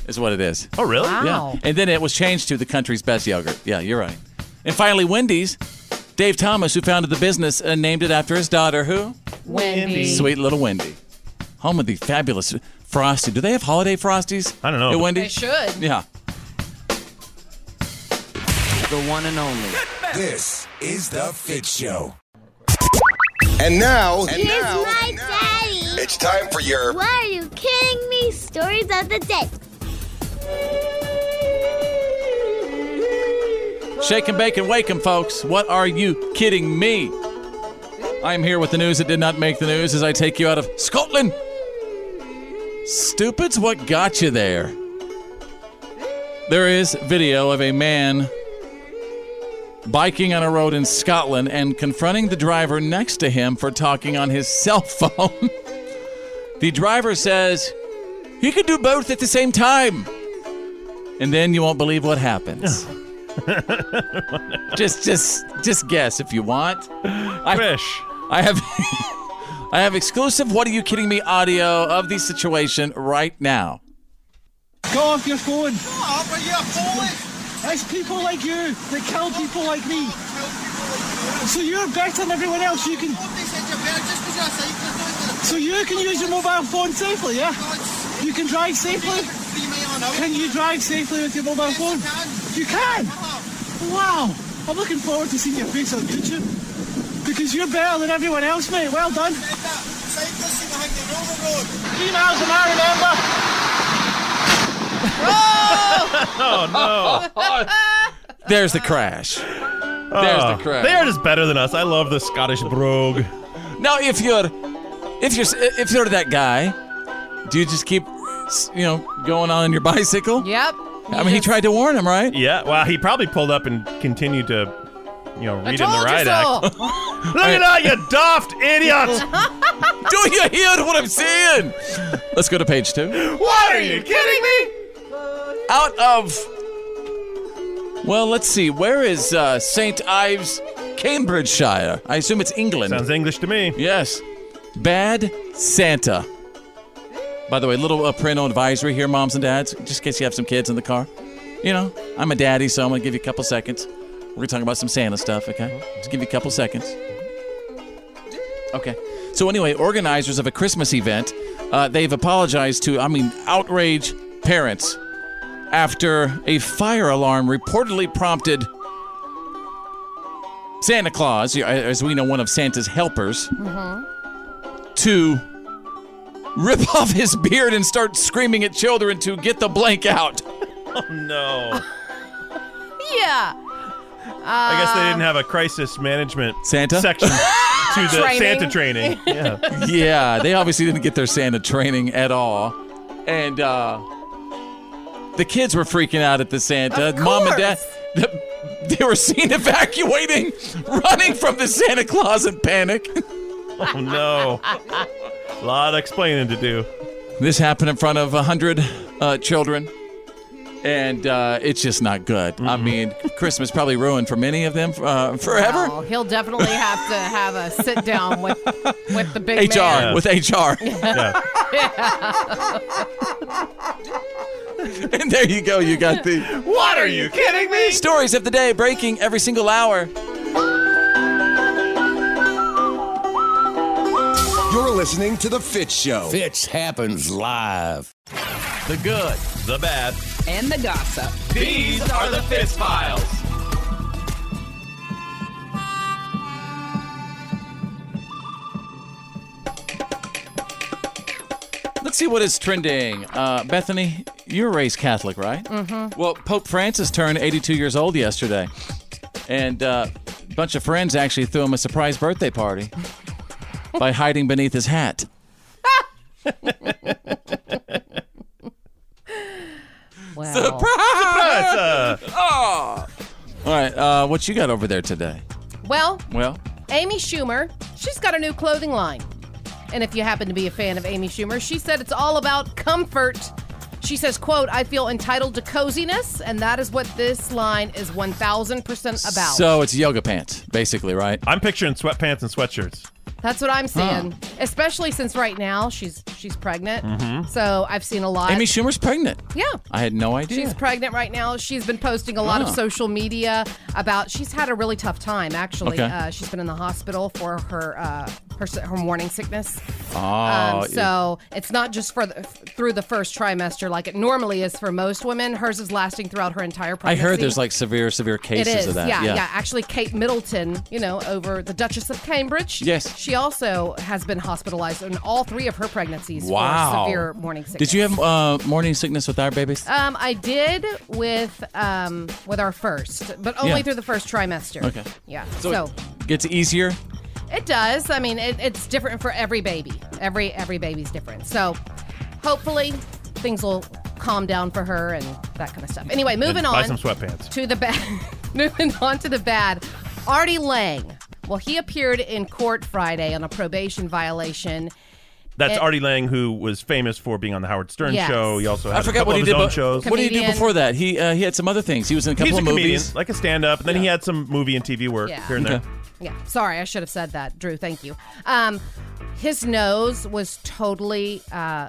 Speaker 1: is what it is.
Speaker 3: Oh, really?
Speaker 2: Wow.
Speaker 1: Yeah. And then it was changed to the country's best yogurt. Yeah, you're right. And finally, Wendy's. Dave Thomas, who founded the business, uh, named it after his daughter, who?
Speaker 2: Wendy.
Speaker 1: Sweet little Wendy. Home of the fabulous Frosty. Do they have holiday Frosties? I don't know. At Wendy?
Speaker 2: They should.
Speaker 1: Yeah.
Speaker 4: The one and only. This is The Fit Show. And now, and now
Speaker 19: my daddy.
Speaker 4: it's time for your.
Speaker 19: Why are you kidding me? Stories of the day.
Speaker 1: Shake and bake and wake 'em, folks. What are you kidding me? I am here with the news that did not make the news as I take you out of Scotland. Stupids, what got you there? There is video of a man biking on a road in Scotland and confronting the driver next to him for talking on his <laughs> cell phone. the driver says, You can do both at the same time. And then you won't believe what happens. just just just guess if you want. I
Speaker 3: wish.
Speaker 1: I have <laughs> I have exclusive what are you kidding me audio of the situation right now.
Speaker 21: Go off your phone. Oh, but you're fool. It's people like you that kill people like me. So you're better than everyone else. You can. So you can use your mobile phone safely, yeah? You can drive safely. Can you drive safely with your mobile phone? You can. Wow. I'm looking forward to seeing your face on YouTube because you're better than everyone else, mate. Well done. Three miles an hour, remember?
Speaker 3: oh no.
Speaker 1: There's the crash. There's
Speaker 3: Ah.
Speaker 1: the crash.
Speaker 3: They are just better than us. I love the <laughs> Scottish brogue.
Speaker 1: Now if you're if you're if you're that guy, do you just keep you know going on your bicycle?
Speaker 2: Yep.
Speaker 1: I mean, he tried to warn him, right?
Speaker 3: Yeah. Well, he probably pulled up and continued to, you know, read him the right <laughs> act. Look
Speaker 1: Alright.
Speaker 3: at that, you daft <laughs> idiot!
Speaker 1: Do you hear what I'm saying? Let's go to page two.
Speaker 3: What are you kidding me?
Speaker 1: Out of well, let's see. Where is uh, St. Ives, Cambridgeshire? I assume it's England. Sounds
Speaker 3: English to me.
Speaker 1: Yes. Bad Santa. By the way, little uh, parental advisory here, moms and dads, just in case you have some kids in the car. You know, I'm a daddy, so I'm going to give you a couple seconds. We're going to talk about some Santa stuff, okay? Just give you a couple seconds. Okay. So anyway, organizers of a Christmas event, uh, they've apologized to, I mean, outraged parents after a fire alarm reportedly prompted Santa Claus, yeah, as we know, one of Santa's helpers, to rip <laughs> off his beard and start screaming at children to get the blank out.
Speaker 3: Oh <laughs> no.
Speaker 2: Yeah.
Speaker 3: I guess they didn't have a crisis management
Speaker 1: Santa
Speaker 3: <laughs> section to the
Speaker 2: Training.
Speaker 3: Santa <laughs> training. Yeah.
Speaker 1: yeah, they obviously didn't get their Santa training at all. And uh, the kids were freaking out at the Santa. Mom and dad, <laughs> the, they were seen evacuating, <laughs> running from the Santa Claus in panic. <laughs>
Speaker 3: Oh no. A lot of explaining to do.
Speaker 1: This happened in front of 100 uh, children. And uh, it's just not good. I mean, Christmas probably ruined for many of them uh, forever.
Speaker 2: Well, Oh, he'll definitely have to have a sit down with with the big
Speaker 1: <laughs> HR
Speaker 2: man.
Speaker 1: with HR.
Speaker 3: <laughs>
Speaker 2: Yeah.
Speaker 1: <laughs> and there you go. You got the.
Speaker 2: <laughs>
Speaker 3: What are you kidding me?
Speaker 1: Stories of the day breaking every single hour.
Speaker 4: You're listening to The Fit Show.
Speaker 12: Fitch happens live.
Speaker 1: The good,
Speaker 3: the bad,
Speaker 22: and the gossip.
Speaker 17: These are the Fist Files.
Speaker 1: Let's see what is trending. Uh, Bethany, you're raised Catholic, right?
Speaker 2: Mm-hmm.
Speaker 1: Well, Pope Francis turned 82 years old yesterday, and uh, a bunch of friends actually threw him a surprise birthday
Speaker 2: <laughs>
Speaker 1: party by hiding beneath his hat.
Speaker 2: Wow.
Speaker 3: uh,
Speaker 1: Surprise! oh. All right, uh, what you got over there today?
Speaker 2: Well,
Speaker 1: Well,
Speaker 2: Amy Schumer, she's got a new clothing line. And if you happen to be a fan of Amy Schumer, she said it's all about comfort. She says, quote, I feel entitled to coziness, and that is what this line is 1000% about.
Speaker 1: so it's yoga pants, basically, right?
Speaker 3: I'm picturing sweatpants and sweatshirts.
Speaker 2: That's what I'm saying. Especially since right now she's she's pregnant.
Speaker 1: Mhm.
Speaker 2: So I've seen a lot.
Speaker 1: Amy Schumer's pregnant.
Speaker 2: Yeah.
Speaker 1: I had no idea.
Speaker 2: She's pregnant right now. She's been posting a lot of
Speaker 1: Ah.
Speaker 2: social media about. She's had a really tough time, actually.
Speaker 1: Okay.
Speaker 2: Uh, she's been in the hospital for her uh, her s- her morning sickness.
Speaker 1: oh,
Speaker 2: um, so it's not just for the, f- through the first trimester like it normally is for most women. Hers is lasting throughout her entire
Speaker 1: I
Speaker 2: pregnancy.
Speaker 1: heard there's like severe, severe cases
Speaker 2: it is,
Speaker 1: of that.
Speaker 2: Yeah, yeah, Actually, Kate Middleton, you know, over the Duchess of Cambridge.
Speaker 1: Yes.
Speaker 2: She also has been hospitalized in all three of her pregnancies
Speaker 1: Wow.
Speaker 2: for severe morning sickness.
Speaker 1: Did you have uh, morning sickness with our babies?
Speaker 2: Um, I did with um with our first, but only
Speaker 1: Yeah.
Speaker 2: through the first trimester.
Speaker 1: Okay.
Speaker 2: Yeah.
Speaker 1: So
Speaker 2: So,
Speaker 1: Gets easier.
Speaker 2: it does. I mean, it, it's different for every baby. Every every baby's different. So hopefully things will calm down for her and that kind of stuff. Anyway, moving
Speaker 3: Buy
Speaker 2: on
Speaker 3: some sweatpants.
Speaker 2: to the bad. <laughs> moving on to the bad. Artie Lang. Well, he appeared in court Friday on a probation violation.
Speaker 3: That's
Speaker 2: It-
Speaker 3: Artie Lang, who was famous for being on the Howard Stern
Speaker 2: Yes.
Speaker 3: show. He also had
Speaker 1: I forgot
Speaker 3: a couple
Speaker 1: what he
Speaker 3: of
Speaker 1: did.
Speaker 3: his own
Speaker 1: but-
Speaker 3: shows.
Speaker 1: What did he do
Speaker 2: Comedian.
Speaker 1: before that? He uh, he had some other things. He was in a couple
Speaker 3: He's a
Speaker 1: of
Speaker 3: comedian,
Speaker 1: movies.
Speaker 3: like a stand-up, and then he had some movie and TV work
Speaker 2: Yeah.
Speaker 3: here and there.
Speaker 1: Okay.
Speaker 2: Yeah, sorry, I should have said that, Drew. Thank you. Um, his nose was totally uh,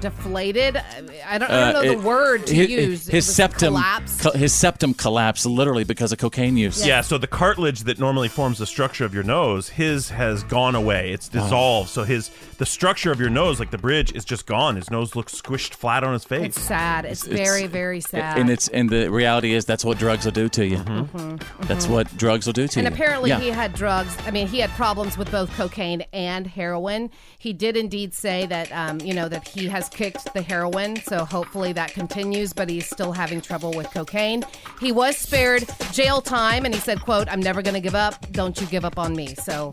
Speaker 2: deflated. I- I don't, I don't
Speaker 1: Uh,
Speaker 2: know
Speaker 1: it-
Speaker 2: the word to
Speaker 1: his,
Speaker 2: use. It
Speaker 1: His
Speaker 2: was
Speaker 1: septum
Speaker 2: collapsed.
Speaker 1: co- his septum collapsed literally because of cocaine use.
Speaker 3: Yeah, so the cartilage that normally forms the structure of your nose, his has gone away. It's dissolved. So his the structure of your nose, like the bridge, is just gone. His nose looks squished flat on his face.
Speaker 2: It's sad. It's,
Speaker 1: It's-
Speaker 2: very, very sad.
Speaker 1: And it's and the reality is that's what drugs will do to you.
Speaker 3: Mm-hmm.
Speaker 2: Mhm,
Speaker 1: That's
Speaker 2: mhm.
Speaker 1: what drugs will do to
Speaker 2: And
Speaker 1: you.
Speaker 2: apparently,
Speaker 1: Yeah.
Speaker 2: he had drugs. I mean, he had problems with both cocaine and heroin. He did indeed say that, um, you know, that he has kicked the heroin. So hopefully that continues, but he's still having trouble with cocaine. He was spared jail time, and he said, "quote I'm never going to give up. Don't you give up on me." So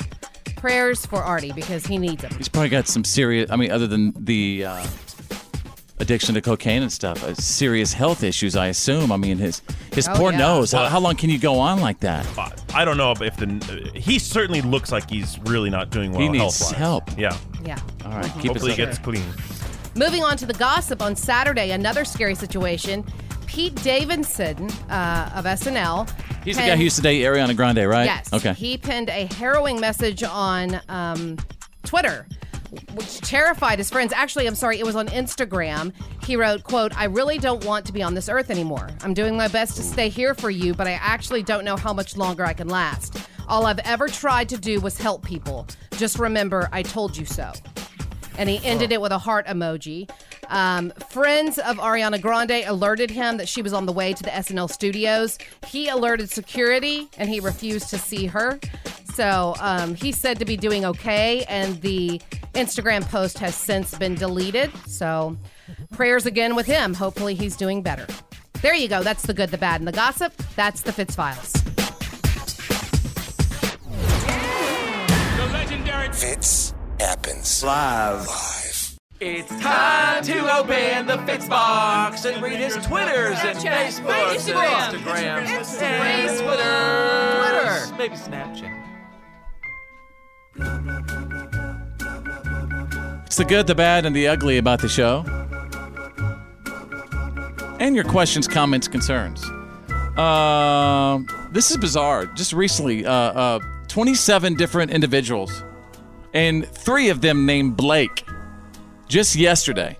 Speaker 2: prayers for Artie because he needs them.
Speaker 1: He's probably got some serious. I mean, other than the uh, addiction to cocaine and stuff, uh, serious health issues. I assume. I mean, his his
Speaker 2: Oh,
Speaker 1: poor
Speaker 2: yeah.
Speaker 1: nose. How, how long can you go on like that?
Speaker 3: I don't know if the he certainly looks like he's really not doing well.
Speaker 1: He needs
Speaker 3: health-wise.
Speaker 1: help.
Speaker 3: Yeah.
Speaker 2: Yeah.
Speaker 1: All right,
Speaker 3: Mhm.
Speaker 1: keep
Speaker 3: Hopefully
Speaker 1: us
Speaker 3: he
Speaker 1: up.
Speaker 3: gets clean.
Speaker 2: Moving on to the gossip on Saturday, another scary situation. Pete Davidson uh, of SNL.
Speaker 1: He's the guy who used to date Ariana Grande, right?
Speaker 2: Yes.
Speaker 1: Okay.
Speaker 2: He pinned a harrowing message on um, Twitter, which terrified his friends. Actually, I'm sorry, it was on Instagram. He wrote, "quote I really don't want to be on this earth anymore. I'm doing my best to stay here for you, but I actually don't know how much longer I can last. All I've ever tried to do was help people. Just remember, I told you so." and he
Speaker 1: Oh.
Speaker 2: ended it with a heart emoji. Um, friends of Ariana Grande alerted him that she was on the way to the SNL studios. He alerted security and he refused to see her. So um, he's said to be doing okay, and the Instagram post has since been deleted. So prayers again with him. Hopefully he's doing better. There you go. That's the good, the bad, and the gossip. That's the Fitz Files.
Speaker 11: The legendary
Speaker 4: Fits happens live.
Speaker 17: It's time to open the Fitzbox and read his Twitters and
Speaker 23: Snapchat.
Speaker 17: Facebooks and
Speaker 23: Instagram.
Speaker 17: Instagrams.
Speaker 23: Instagram.
Speaker 17: And
Speaker 23: Twitter.
Speaker 17: Twitter. Maybe Snapchat.
Speaker 1: It's the good, the bad, and the ugly about the show. And your questions, comments, concerns. Um, this is bizarre. Just recently, uh, uh, 27 different individuals, and three of them named Blake, just yesterday,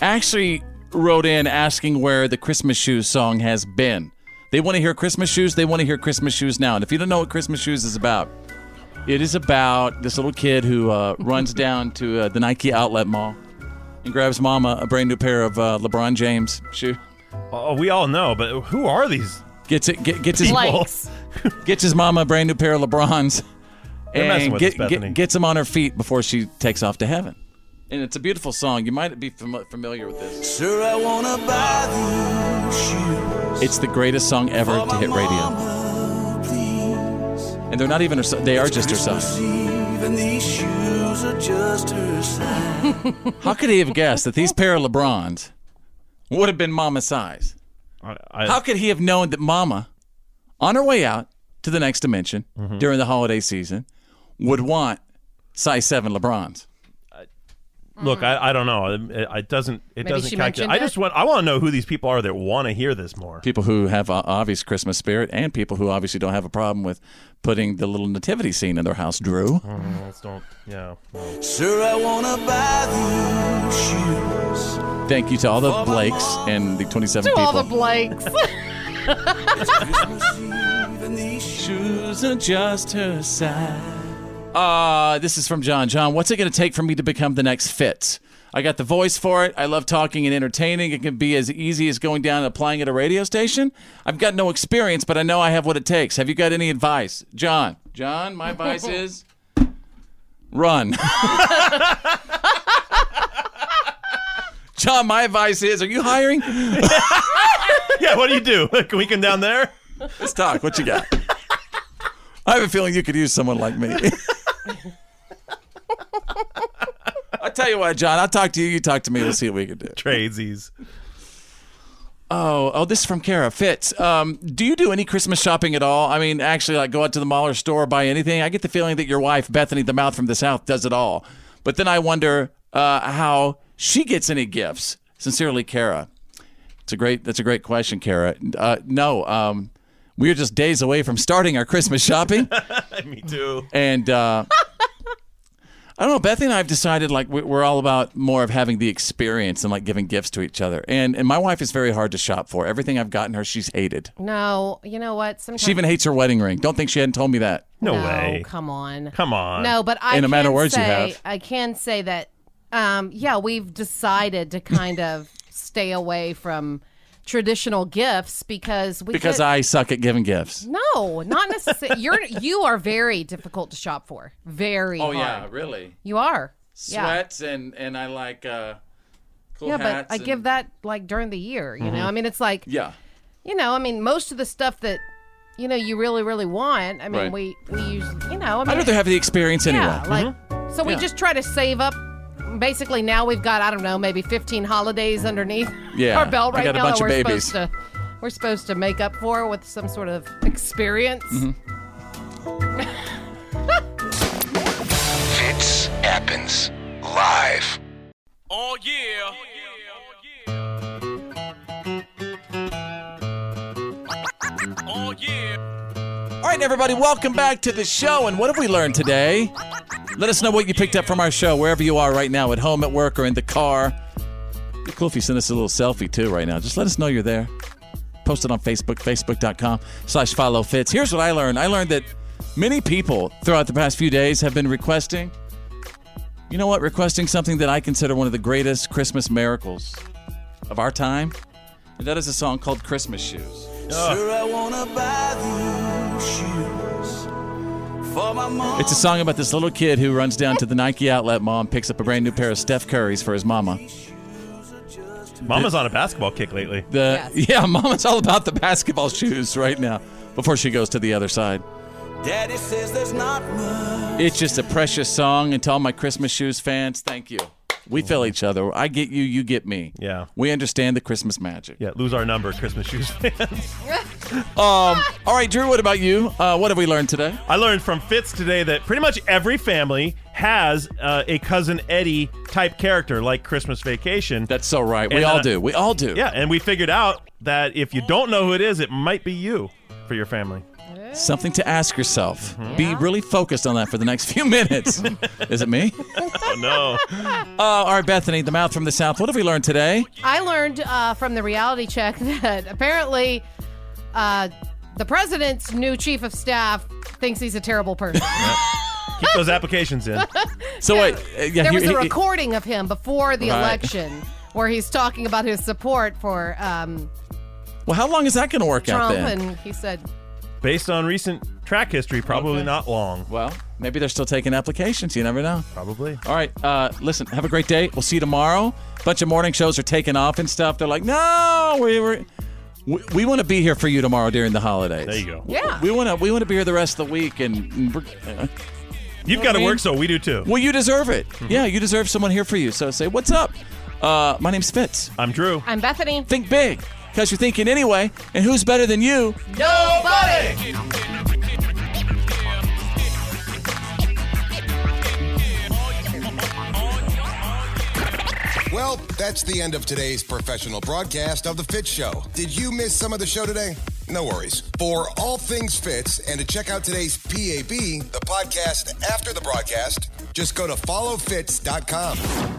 Speaker 1: actually wrote in asking where the Christmas Shoes song has been. They want to hear Christmas Shoes. They want to hear Christmas Shoes now. And if you don't know what Christmas Shoes is about, it is about this little kid who uh, runs down to uh, the Nike outlet mall and grabs mama a brand new pair of uh, LeBron James shoe.
Speaker 3: Oh, we all know, but who are these?
Speaker 1: Gets it. Get, gets his
Speaker 3: <laughs>
Speaker 2: Likes.
Speaker 1: gets his mama a brand new pair of LeBrons
Speaker 3: They're messing
Speaker 1: and
Speaker 3: with us,
Speaker 1: get,
Speaker 3: Bethany.
Speaker 1: get, gets him on her feet before she takes off to heaven. and it's a beautiful song. You might be fam- familiar with this.
Speaker 8: Sure, I wanna buy these shoes.
Speaker 1: It's the greatest song ever to hit radio, and they're not even her, so- they are just her son.
Speaker 8: Even these shoes are just her size.
Speaker 1: How could he have guessed that these pair of LeBrons would have been Mama's size? How could he have known that Mama, on her way out to the next dimension
Speaker 3: Mhm.
Speaker 1: during the holiday season, would want size seven LeBrons?
Speaker 3: Look, I, I don't know. It, it doesn't.
Speaker 1: Mm.
Speaker 3: It
Speaker 1: Maybe
Speaker 3: doesn't
Speaker 1: she
Speaker 3: calculate.
Speaker 1: mentioned
Speaker 3: I
Speaker 1: it?
Speaker 3: just want. I want to know who these people are that want to hear this more.
Speaker 1: People who have a obvious Christmas spirit, and people who obviously don't have a problem with putting the little nativity scene in their house. Drew,
Speaker 3: Mm, let's don't. Yeah.
Speaker 8: Sure, I wanna buy these shoes.
Speaker 1: thank you to all the Blakes and the 27
Speaker 2: To all the
Speaker 1: people.
Speaker 2: Blakes.
Speaker 1: Shoes are just her size. Uh, this is from John. John, what's it going to take for me to become the next Fitz? I got the voice for it. I love talking and entertaining. It can be as easy as going down and applying at a radio station. I've got no experience, but I know I have what it takes. Have you got any advice? John, John, my advice is run. <laughs> John, my advice is are you hiring?
Speaker 3: <laughs> yeah, what do you do? <laughs> Can we come down there?
Speaker 1: Let's talk. What you got? I have a feeling you could use someone like me. I'll tell you what, John. I'll talk to you. You talk to me. We'll see what we can do.
Speaker 3: Tradesies.
Speaker 1: Oh, oh, this is from Kara Fitz. Um, do you do any Christmas shopping at all? I mean, actually, like go out to the mall or store, buy anything. I get the feeling that your wife, Bethany, the mouth from the south, does it all. But then I wonder uh, how she gets any gifts. Sincerely, Kara. It's a great. That's a great question, Kara. Uh, no, um, we are just days away from starting our Christmas shopping.
Speaker 3: <laughs> Me too.
Speaker 1: And uh, I don't know. Bethany and I have decided like we- we're all about more of having the experience and like giving gifts to each other. And and my wife is very hard to shop for. Everything I've gotten her, she's hated.
Speaker 2: no, you know what? Sometimes
Speaker 1: She even hates her wedding ring. Don't think she hadn't told me that.
Speaker 2: <laughs> No No, way. come on.
Speaker 1: Come on.
Speaker 2: No, but I
Speaker 1: in a
Speaker 2: can
Speaker 1: matter of words,
Speaker 2: say,
Speaker 1: you have.
Speaker 2: I can say that, um, yeah, we've decided to kind of stay away from traditional gifts because we
Speaker 1: Because
Speaker 2: get-
Speaker 1: I suck at giving gifts.
Speaker 2: no, not necessarily. You're you are very difficult to shop for. Very. hard.
Speaker 1: Oh, really.
Speaker 2: You are. Yeah.
Speaker 1: and and I like uh, cool
Speaker 2: Yeah, but I give that like during the year. You know,
Speaker 1: Mhm.
Speaker 2: I mean, it's like
Speaker 1: Yeah.
Speaker 2: you know, I mean, most of the stuff that you know you really really want. I mean,
Speaker 1: Right.
Speaker 2: we we use you know. I mean,
Speaker 1: I'd rather have the experience anyway. Mm-hmm.
Speaker 2: Yeah, like so we
Speaker 1: Yeah.
Speaker 2: just try to save up. Basically, now we've got I don't know maybe 15 holidays underneath
Speaker 1: Yeah,
Speaker 2: our belt
Speaker 1: I
Speaker 2: right
Speaker 1: got a
Speaker 2: now
Speaker 1: bunch
Speaker 2: that
Speaker 1: of
Speaker 2: we're
Speaker 1: babies.
Speaker 2: supposed to we're supposed to make up for with some sort of experience.
Speaker 1: Mhm.
Speaker 4: Fitz happens live.
Speaker 11: Oh yeah. Oh yeah.
Speaker 1: All right, everybody, welcome back to the show. And what have we learned today? Let us know what you picked up from our show, wherever you are right now, at home, at work, or in the car. Be cool if you send us a little selfie too right now. Just let us know you're there. Post it on Facebook, facebook.com slash follow fits. Here's what I learned. I learned that many people throughout the past few days have been requesting, you know what, requesting something that I consider one of the greatest Christmas miracles of our time. And that is a song called Christmas Shoes.
Speaker 8: Sure, I wanna buy these shoes for my mom.
Speaker 1: It's a song about this little kid who runs down to the Nike outlet mall and picks up a brand new pair of Steph Curry's for his mama.
Speaker 3: Mama's on a basketball kick lately.
Speaker 1: The yeah, <laughs> mama's all about the basketball shoes right now before she goes to the other side.
Speaker 8: Daddy says there's not much.
Speaker 1: It's just a precious song and to all my Christmas shoes fans, thank you. We feel each other. I get you, you get me.
Speaker 3: Yeah.
Speaker 1: We understand the Christmas magic.
Speaker 3: Yeah, lose our number, Christmas shoes <laughs> fans.
Speaker 1: Um, all right, Drew, what about you? Uh, what have we learned today?
Speaker 3: I learned from Fitz today that pretty much every family has uh, a cousin Eddie type character, like Christmas Vacation.
Speaker 1: That's so right. We all do. We all do.
Speaker 3: <laughs> Yeah, and we figured out that if you don't know who it is, it might be you for your family.
Speaker 1: Something to ask yourself. Be really focused on that for the next <laughs> few minutes. Is it me?
Speaker 3: oh no.
Speaker 1: Uh, all right, Bethany, the mouth from the south. What have we learned today?
Speaker 2: I learned uh, from the reality check <laughs> that apparently uh, the president's new chief of staff thinks he's a terrible
Speaker 1: <laughs>
Speaker 2: person.
Speaker 3: <laughs> Keep those applications in.
Speaker 1: So wait, uh, yeah,
Speaker 2: there
Speaker 1: he-
Speaker 2: was
Speaker 1: he-
Speaker 2: a recording of him before the
Speaker 1: Right.
Speaker 2: election where he's talking about his support for um,
Speaker 1: Well, how long is that going to work out
Speaker 2: Trump,
Speaker 1: then?
Speaker 2: and he said,
Speaker 3: Based on recent track history, probably not long.
Speaker 1: Well, Maybe they're still taking applications. You never know.
Speaker 3: Probably.
Speaker 1: All right. Uh, listen, have a great day. We'll see you tomorrow. Bunch of morning shows are taking off and stuff. They're like, no, we were. We, we want to be here for you tomorrow during the holidays.
Speaker 3: There you go.
Speaker 2: Yeah.
Speaker 1: We want to we want to be here the rest of the week, and, and we're, uh,
Speaker 3: You've
Speaker 1: know
Speaker 3: got to
Speaker 1: what I mean?
Speaker 3: work, so we do too.
Speaker 1: well, you deserve it.
Speaker 3: Mm-hmm.
Speaker 1: Yeah, you deserve someone here for you. So say, what's up? Uh, my name's Fitz.
Speaker 3: I'm Drew.
Speaker 2: I'm Bethany.
Speaker 1: Think big, because you're thinking anyway. And who's better than you?
Speaker 11: Nobody!
Speaker 4: Well, that's the end of today's professional broadcast of The Fit Show. Did you miss some of the show today? No worries. For all things fits and to check out today's PAB, the podcast after the broadcast, just go to followfits.com.